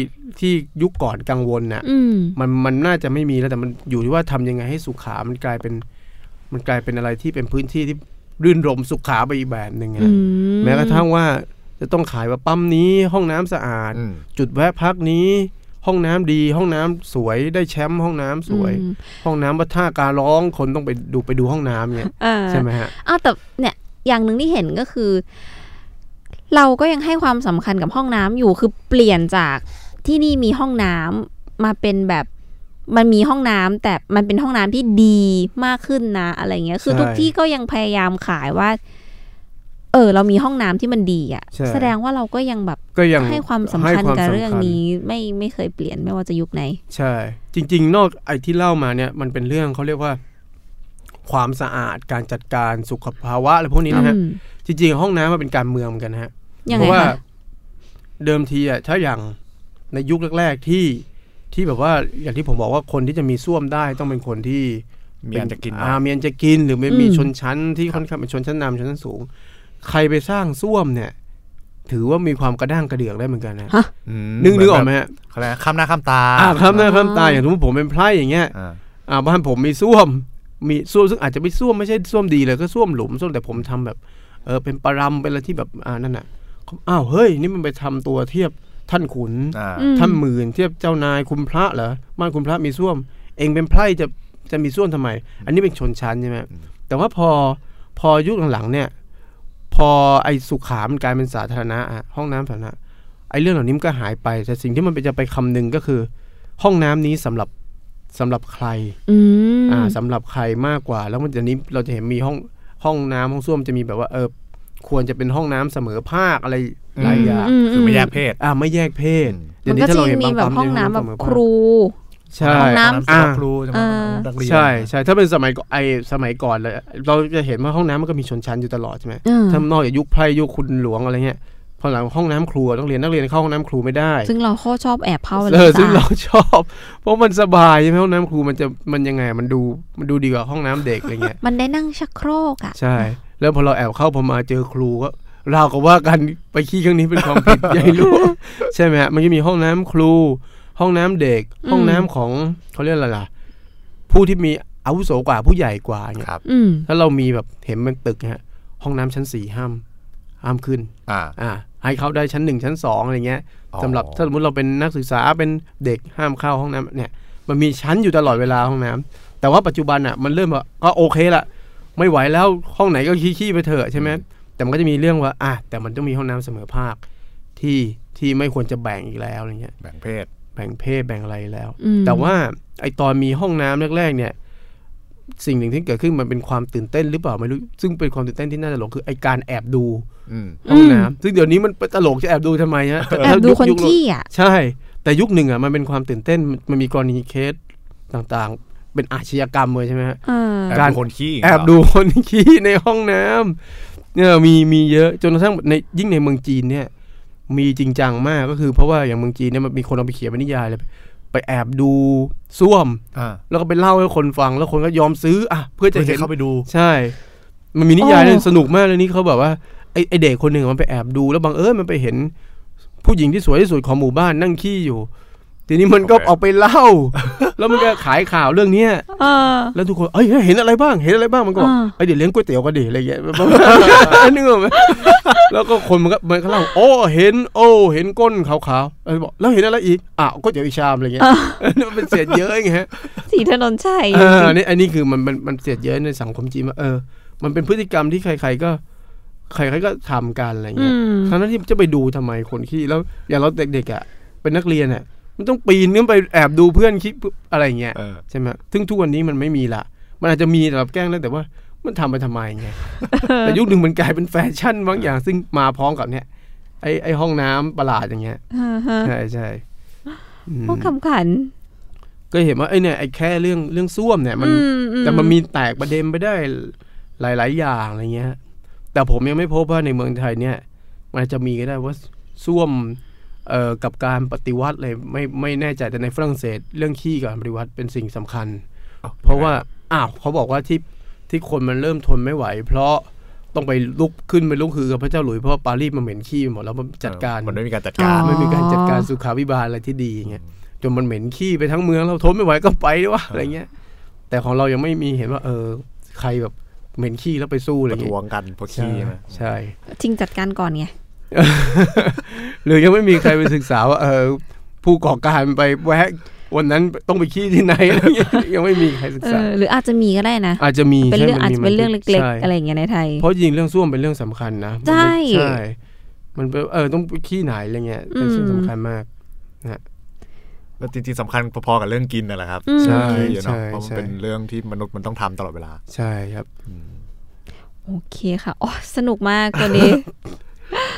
D: ที่ยุคก่อนกังวลน่ะ
C: อืม
D: มันมันน่าจะไม่มีแล้วแต่มันอยู่ที่ว่าทำยังไงให้สุขา มันกลายเป็น มันกลายเป็นอะไรที่เป็นพื้นที่ที่รื่นรมสุขาไปอีกแบบหนึ่งอะ
C: อื
D: แม้กระทั่งว่าจะต้องขายว่าปั๊มนี้ห้องน้ำสะอาด
B: อืม
D: จุดแวะพักนี้ ห้องน้ำดีห้องน้ำสวยได้แชมป์ห้องน้ำสวย
C: อืม
D: ห้องน้ำว่าท่าการร้องคนต้องไปดูไปดูห้องน้ำเนี่ย
C: เออ
D: ใช่ไหมฮะ
C: อ้าวแต่เนี่ยอย่างหนึ่งที่เห็นก็คือ เราก็ยังให้ความสำคัญกับห้องน้ำอยู่คือเปลี่ยนจากที่นี่มีห้องน้ำมาเป็นแบบมันมีห้องน้ำแต่มันเป็นห้องน้ำที่ดีมากขึ้นนะอะไรเงี้ย คือ
D: ใช่
C: ทุกที่ก็ยังพยายามขายว่า เออ เรามีห้องน้ำที่มันดีอะ่ะ
D: ใช่
C: แสดงว่าเราก็ยังแบบ
D: ก็ยัง
C: ให้ความสำ
D: ให้
C: คัญ
D: วาม
C: กับ
D: สำ
C: เรื่องนี้ไม่ไม่เคยเปลี่ยนไม่ว่าจะยุคไหน
D: ใช่ จริง ๆ นอกไอ้ที่เล่ามาเนี่ยมันเป็นเรื่องเขาเรียกว่า ความสะอาดการจัดการสุขภาวะอะไรพวกนี้นะฮะ
C: อืม
D: จริง ๆ ห้องน้ำมันเป็นการเมืองเหมือนกันฮะ
C: ยัง
D: เพ
C: ไง
D: ราะว่า
C: คะ
D: เดิมทีอ่ะถ้าอย่าง ในยุคแรกๆที่ที่แบบว่าอย่างที่ผมบอกว่าคนที่จะมีส้วมได้ต้องเป็นคนที่
B: มีอันจะกิน
D: อา
B: นะ
D: เมียนจะกินหรือไม่
C: อืม
D: มีชนชั้นที่ค่อนข้างเป็นชนชั้นนำชนชั้นสูง ใครไปสร้างส้วมเนี่ย ถือว่ามีความกระด้างกระเดือกได้เหมือนกันนะนึกนึกออกไหมฮะ
B: เขาเรียกอะไรข้ามหน้าข้ามตา
D: อ่าครับหน้าครับตาอย่างสมมติผมเป็นไพร่อย่างเงี้ย
B: อ่า
D: อ่าบ้านผมมีส้วม มีส้วมซึ่งอาจจะไม่ส้วมไม่ใช่ส้วมดีเลยก็ส้วมหลุมส้วมแต่ผมทำแบบเออเป็นปารำเป็นอะไรที่แบบอ่านั่นน่ะอ้าวเฮ้ย นี่มันไปทำตัวเทียบท่านขุน
B: อ่า
C: อืม
D: ท่านหมื่นเทียบเจ้านายคุณพระเหรอบ้านคุณพระมีส้วม เองเป็นไพร่จะจะมีส้วมทำไม อันนี้เป็นชนชั้นใช่ไหม
B: อืม
D: แต่ว่าพอพอยุคหลังๆเนี่ย พอไอ้สุขามันกลายเป็นสาธารณะอะห้องน้ำสาธารณะไอ้เรื่องเหล่านี้มันก็หายไป แต่สิ่งที่มันไปจะไปคำนึงก็คือ ห้องน้ำนี้สำหรับสำหรับใคร
C: อืม
D: อ่าสำหรับใครมากกว่า แล้วมันจะนี้เราจะเห็นมีห้องห้องน้ำห้องส้วมจะมีแบบว่าเออควรจะเป็นห้องน้ำเสมอภาคอะไรหลายอย่าง
C: ม
B: คือไม่แยกเพศ
D: อ่าไม่แยกเพศ
B: อืม
D: เดี๋ย
C: มั
D: วน นี้
C: ก็
D: ถ้า
C: จะ
D: เราเห็น
C: มี
D: บาง
C: แบบ
D: ปั๊ม
C: ห้อง
D: เย
C: น้ำแบบครู
D: ใช่
C: ห้องน้
B: สำหรับครูใช่ไหม
C: อ่า
B: นักเรียน
D: ใช่ใช่ถ้าเป็นสมัยก่อนไอสมัยก่อนเลยเราจะเห็นว่าห้องน้ำมันก็มีชนชั้นอยู่ตลอดใช่ไหม
C: เออ
D: ถ้านอกจากยุคไพร่ยุคคุณหลวงอะไรเงี้ยพอหลังห้องน้ำครัวต้องเรียนนักเรียนเข้าห้องน้ำครูไม่ได้
C: ซึ่งเราข้อชอบแอบเข้าเวลา
D: เออซึ่ง
C: สา
D: เราชอบ เพราะมันสบายใช่ไหมห้องน้ำครูมันจะมันยังไงมันดูมันดูดีกว่าห้องน้ำเด็กอะไรเงี้ย
C: มันได้นั่งชักโครกอ่ะ
D: ใช่ แล้วพอเราแอบเข้าพอมาเจอครูก็เราวกับว่ากันไปขี้ครั้งนี้เป็นความผิด ใหญ่ หลูกใช่ไหมฮะมันจะมีห้องน้ำครู ห้องน้ำเด็ก
C: อืม
D: ห้องน้ำของเขาเรียกอะไรล่ะ ผู้ที่มีอาวุโสกว่าผู้ใหญ่กว่าเนี่ย
B: ครับ
C: อืม
D: ถ้าเรามีแบบเห็นมันตึกฮะห้องน้ำชั้นสี่ห้ามห้ามขึ้น
B: อ่า
D: อ่า ให้เข้าได้ชั้นหนึ่งชั้นสองอะไรเงี้ยสำหรับถ้าสมมติเราเป็นนักศึกษาเป็นเด็กห้ามเข้าห้องน้ำเนี่ย มันมีชั้นอยู่ตลอดเวลาห้องน้ำแต่ว่าปัจจุบันอ่ะมันเริ่มว่าก็โอเคละไม่ไหวแล้วห้องไหนก็ขี้ๆไปเถอะใช่ไหมแต่มันก็จะมีเรื่องว่าอ่ะแต่มันต้องมีห้องน้ำเสมอภาคที่ที่ไม่ควรจะแบ่งอีกแล้วอะไรเงี้ย
B: แบ่งเพศ
D: แบ่งเพศแบ่งอะไรแล้ว
C: อืม
D: แต่ว่าไอตอนมีห้องน้ำแรกๆเนี่ย สิ่งหนึ่งที่เกิดขึ้นมันเป็นความตื่นเต้นหรือเปล่าไม่รู้ซึ่งเป็นความตื่นเต้นที่น่าจะหลงคือไอการแอบดู
B: อืม
D: ห้องน้ำซึ่งเดี๋ยวนี้มันตลกจะแอบดูทำไมฮะ
C: แอบดูคน
D: ยุ
C: ขี้อ่ะ
D: ใช่ แต่ยุคหนึ่งอ่ะมันเป็นความตื่นเต้นมันมีกรณีเคสต่างๆ เป็นอาชญากรรมเลยใช่ไหมฮะ
C: เออ
B: แอบ
D: การ
B: ดูคนขี้
D: แอบดูคนขี้ในห้องน้ำเนี่ยมีมีเยอะจนกระทั่งในยิ่งในเมืองจีนเนี่ย มีจริงจังมากก็คือเพราะว่าอย่างเมืองจีนเนี่ยมันมีคนเอาไปเขียนเป็นนิยายเลยไปแอบดูซ่วม
B: อ่า
D: แล้วก็ไปเล่าให้คนฟัง แล้วคนก็ยอมซื้ออ่ะเพื่อจะ
B: เพื่อ
D: เห็
B: จะ
D: น
B: เข้าไปดู
D: ใช่ มันมีนิยาย
C: โอ้
D: เรื่องสนุกมากเลยนี่เขาแบบว่าไอ้ไอเด็กคนหนึ่งมันไปแอบดูแล้วบังเอิญมันไปเห็น ผู้หญิงที่สวยที่สุดของหมู่บ้านนั่งขี้อยู่ ทีนี้มันก็
B: โอเค
D: เอาไปเล่า แล้วมันก็ขายข่าวเรื่องเนี้ย
C: เออ
D: แล้วทุกคนเอ้ยเห็นอะไรบ้างเห็นอะไรบ้างมันก็บอก
C: อ่า
D: ไอยเดี๋ยวเลี้ยงก๋วยเตี๋ยวก็ดีอะไรเงี้ ย นึกออกไหมแล้วก็คนมันก็มันก็เล่าโอ้เห็น โอ้เห็นก้นขาวๆแล้วบอกแล้วเห็นอะไรอีกอ่ะก๋วยเตี๋ยวอีกชามอะไรเงี้ยมันเป็นเศษเยอะไงฮะ
C: สีถนนชัย
D: เอออันนี้อันนี้คือมันมันมันเสียดเยอะในสังคมจีนว่าเออ มันเป็นพฤติกรรมที่ใคร ๆก็ ใครๆก็ทำกันอะไร
C: อื
D: เงี้ย
C: ม
D: ทั้งนั้นที่จะไปดูทำไมคนขี้แล้วอย่างเราเด็กๆอ่ะเป็นนักเรียนอ่ะมันต้องปีนขึ้นไปแอบดูเพื่อนคิดอะไรเงี้ย
B: เออ
D: ใช่ไหมซึ่งทุกวันนี้มันไม่มีละมันอาจจะมีสำหรับแกล้งแล้วแต่ว่ามันทำไปทำไม ไงแต่ยุคหนึ่งมันกลายเป็นแฟชั่นบางอย่าง ซึ่งมาพร้อมกับเนี่ยไอไอห้องน้ำประหลาดอย่างเงี้ย
C: เออฮะ
D: ใช่ใช่อืม
C: พวกคำขัน
D: ก็เห็นว่าไอเนี่ยไอแค่เรื่องเรื่องส้วมเนี่ยมัน
C: อือื
D: แต่มันมีแตกประเด็นไปได้หลาย ๆ อย่างอะไรเงี้ย แต่ผมยังไม่พบว่าในเมืองไทยเนี่ย มันจะมีก็ได้ว่าส้วมเอ่อกับการปฏิวัติเลยไม่ไม่แน่ใจแต่ในฝรั่งเศสเรื่องขี้กับการปฏิวัติเป็นสิ่งสำคัญ เพราะว่าอ้าวเขาบอกว่าที่ที่คนมันเริ่มทนไม่ไหว เพราะต้องไปลุกขึ้นไปลุกคือกับพระเจ้าหลุยส์เพราะว่าปารีสมันเหม็นขี้ไปหมดแล้วมันจัดการ
B: มันไม่มีการจัดการ
D: ไม่มีการจัดการสุขาพิบาลอะไรที่ดีอย่างเงี้ยจนมันเหม็นขี้ไปทั้งเมืองเราทนไม่ไหวก็ไปด้วยวะอะไรเงี้ย แต่ของเรายังไม่มีเห็นว่า เออ ใครแบบเหม็นขี้แล้วไปสู้อะไร
B: ประ
D: เงี้
B: ท้
D: ยว
B: งกันเพราะขี้นะ
D: ใช่
C: จริงจัดการก่อนไง
D: หรือยังไม่มีใครไปศึกษาว่าเออผู้ก่อการไปแวะวันนั้นต้องไปขี้ที่ไหน อะไรเงี้ยยังไม่มีใครศึก
C: เอ
D: ษา
C: อ หรืออาจจะมีก็ได้นะ
D: อาจจะมี
C: เป็น
D: ใช่
C: เรื่องอาจจะเป็นเรื่องเล็ก
D: ใช่
C: ๆ อะไรอย่างเงี้ยในไทย
D: เพราะจริงเรื่องส้วมเป็นเรื่องสำคัญนะมัน
C: ใช่
D: เป็นใช่มันเป็นเออต้องไปขี้ไหนอะไรเงี้ยเป็นสิ่ง
C: อืม
D: สำคัญมาก
B: แล้วจริงๆสำคัญพอๆกับเรื่องกินนั่นแหละครับ
C: อืม
D: ใช่
B: เนาะเพราะมันเป็นเรื่องที่มนุษย์มันต้องทำตลอดเวลา
D: ใช่ครับ
C: โอเคค่ะอ๋อสนุกมากตัวนี้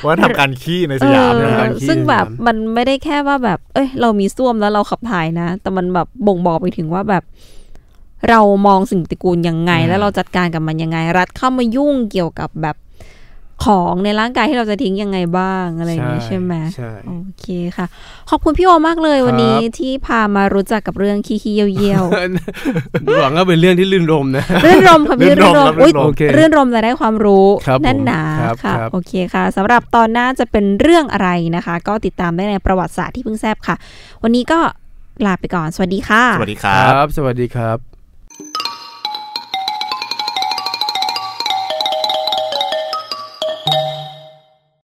B: ว่าทำการขี้ในสยาม
C: เอ
B: นะ
C: อ
B: ครับ
D: การขี้
C: ซึ่งแบบ
D: ในสยาม
C: มันไม่ได้แค่ว่าแบบ เอ้ย เรามีส้วมแล้วเราขับถ่ายนะ แต่มันแบบบ่งบอกไปถึงว่าแบบ เรามองสิ่งปฏิกูลยังไง แล้วเราจัดการกับมันยังไง รัฐเข้ามายุ่งเกี่ยวกับแบบ ของในร่างกายที่เราจะทิ้งยังไงบ้างอะไรอย่างนี้ใช่ไหม
D: ใช่
C: โอเคค่ะ ขอบคุณพี่โอมากเลยวันนี้
D: ครับ
C: ที่พามารู้จักกับเรื่องขี้ขี้เยี่ยว
D: หวังว่าเป็นเรื่องที่ลื่นรมนะ
C: ๆ เรื่อง รมค่ะพี่
B: เรื่
C: เรื่อ
B: องงร
C: รม
B: ม
C: อุย
D: โอเค
C: เรื่องรมจะได้ความรู้
D: ครับผม
C: แน่นหนา
D: ครับ
C: ค่ะ
D: ครับ
C: โอเคค่ะสำหรับตอนหน้าจะเป็นเรื่องอะไรนะคะ ก็ติดตามได้ในประวัติศาสตร์ที่เพิ่งแซบค่ะ วันนี้ก็ลาไปก่อนสวัสดีค่ะ
B: สวัสดีครับ
D: บสวัสดีครับ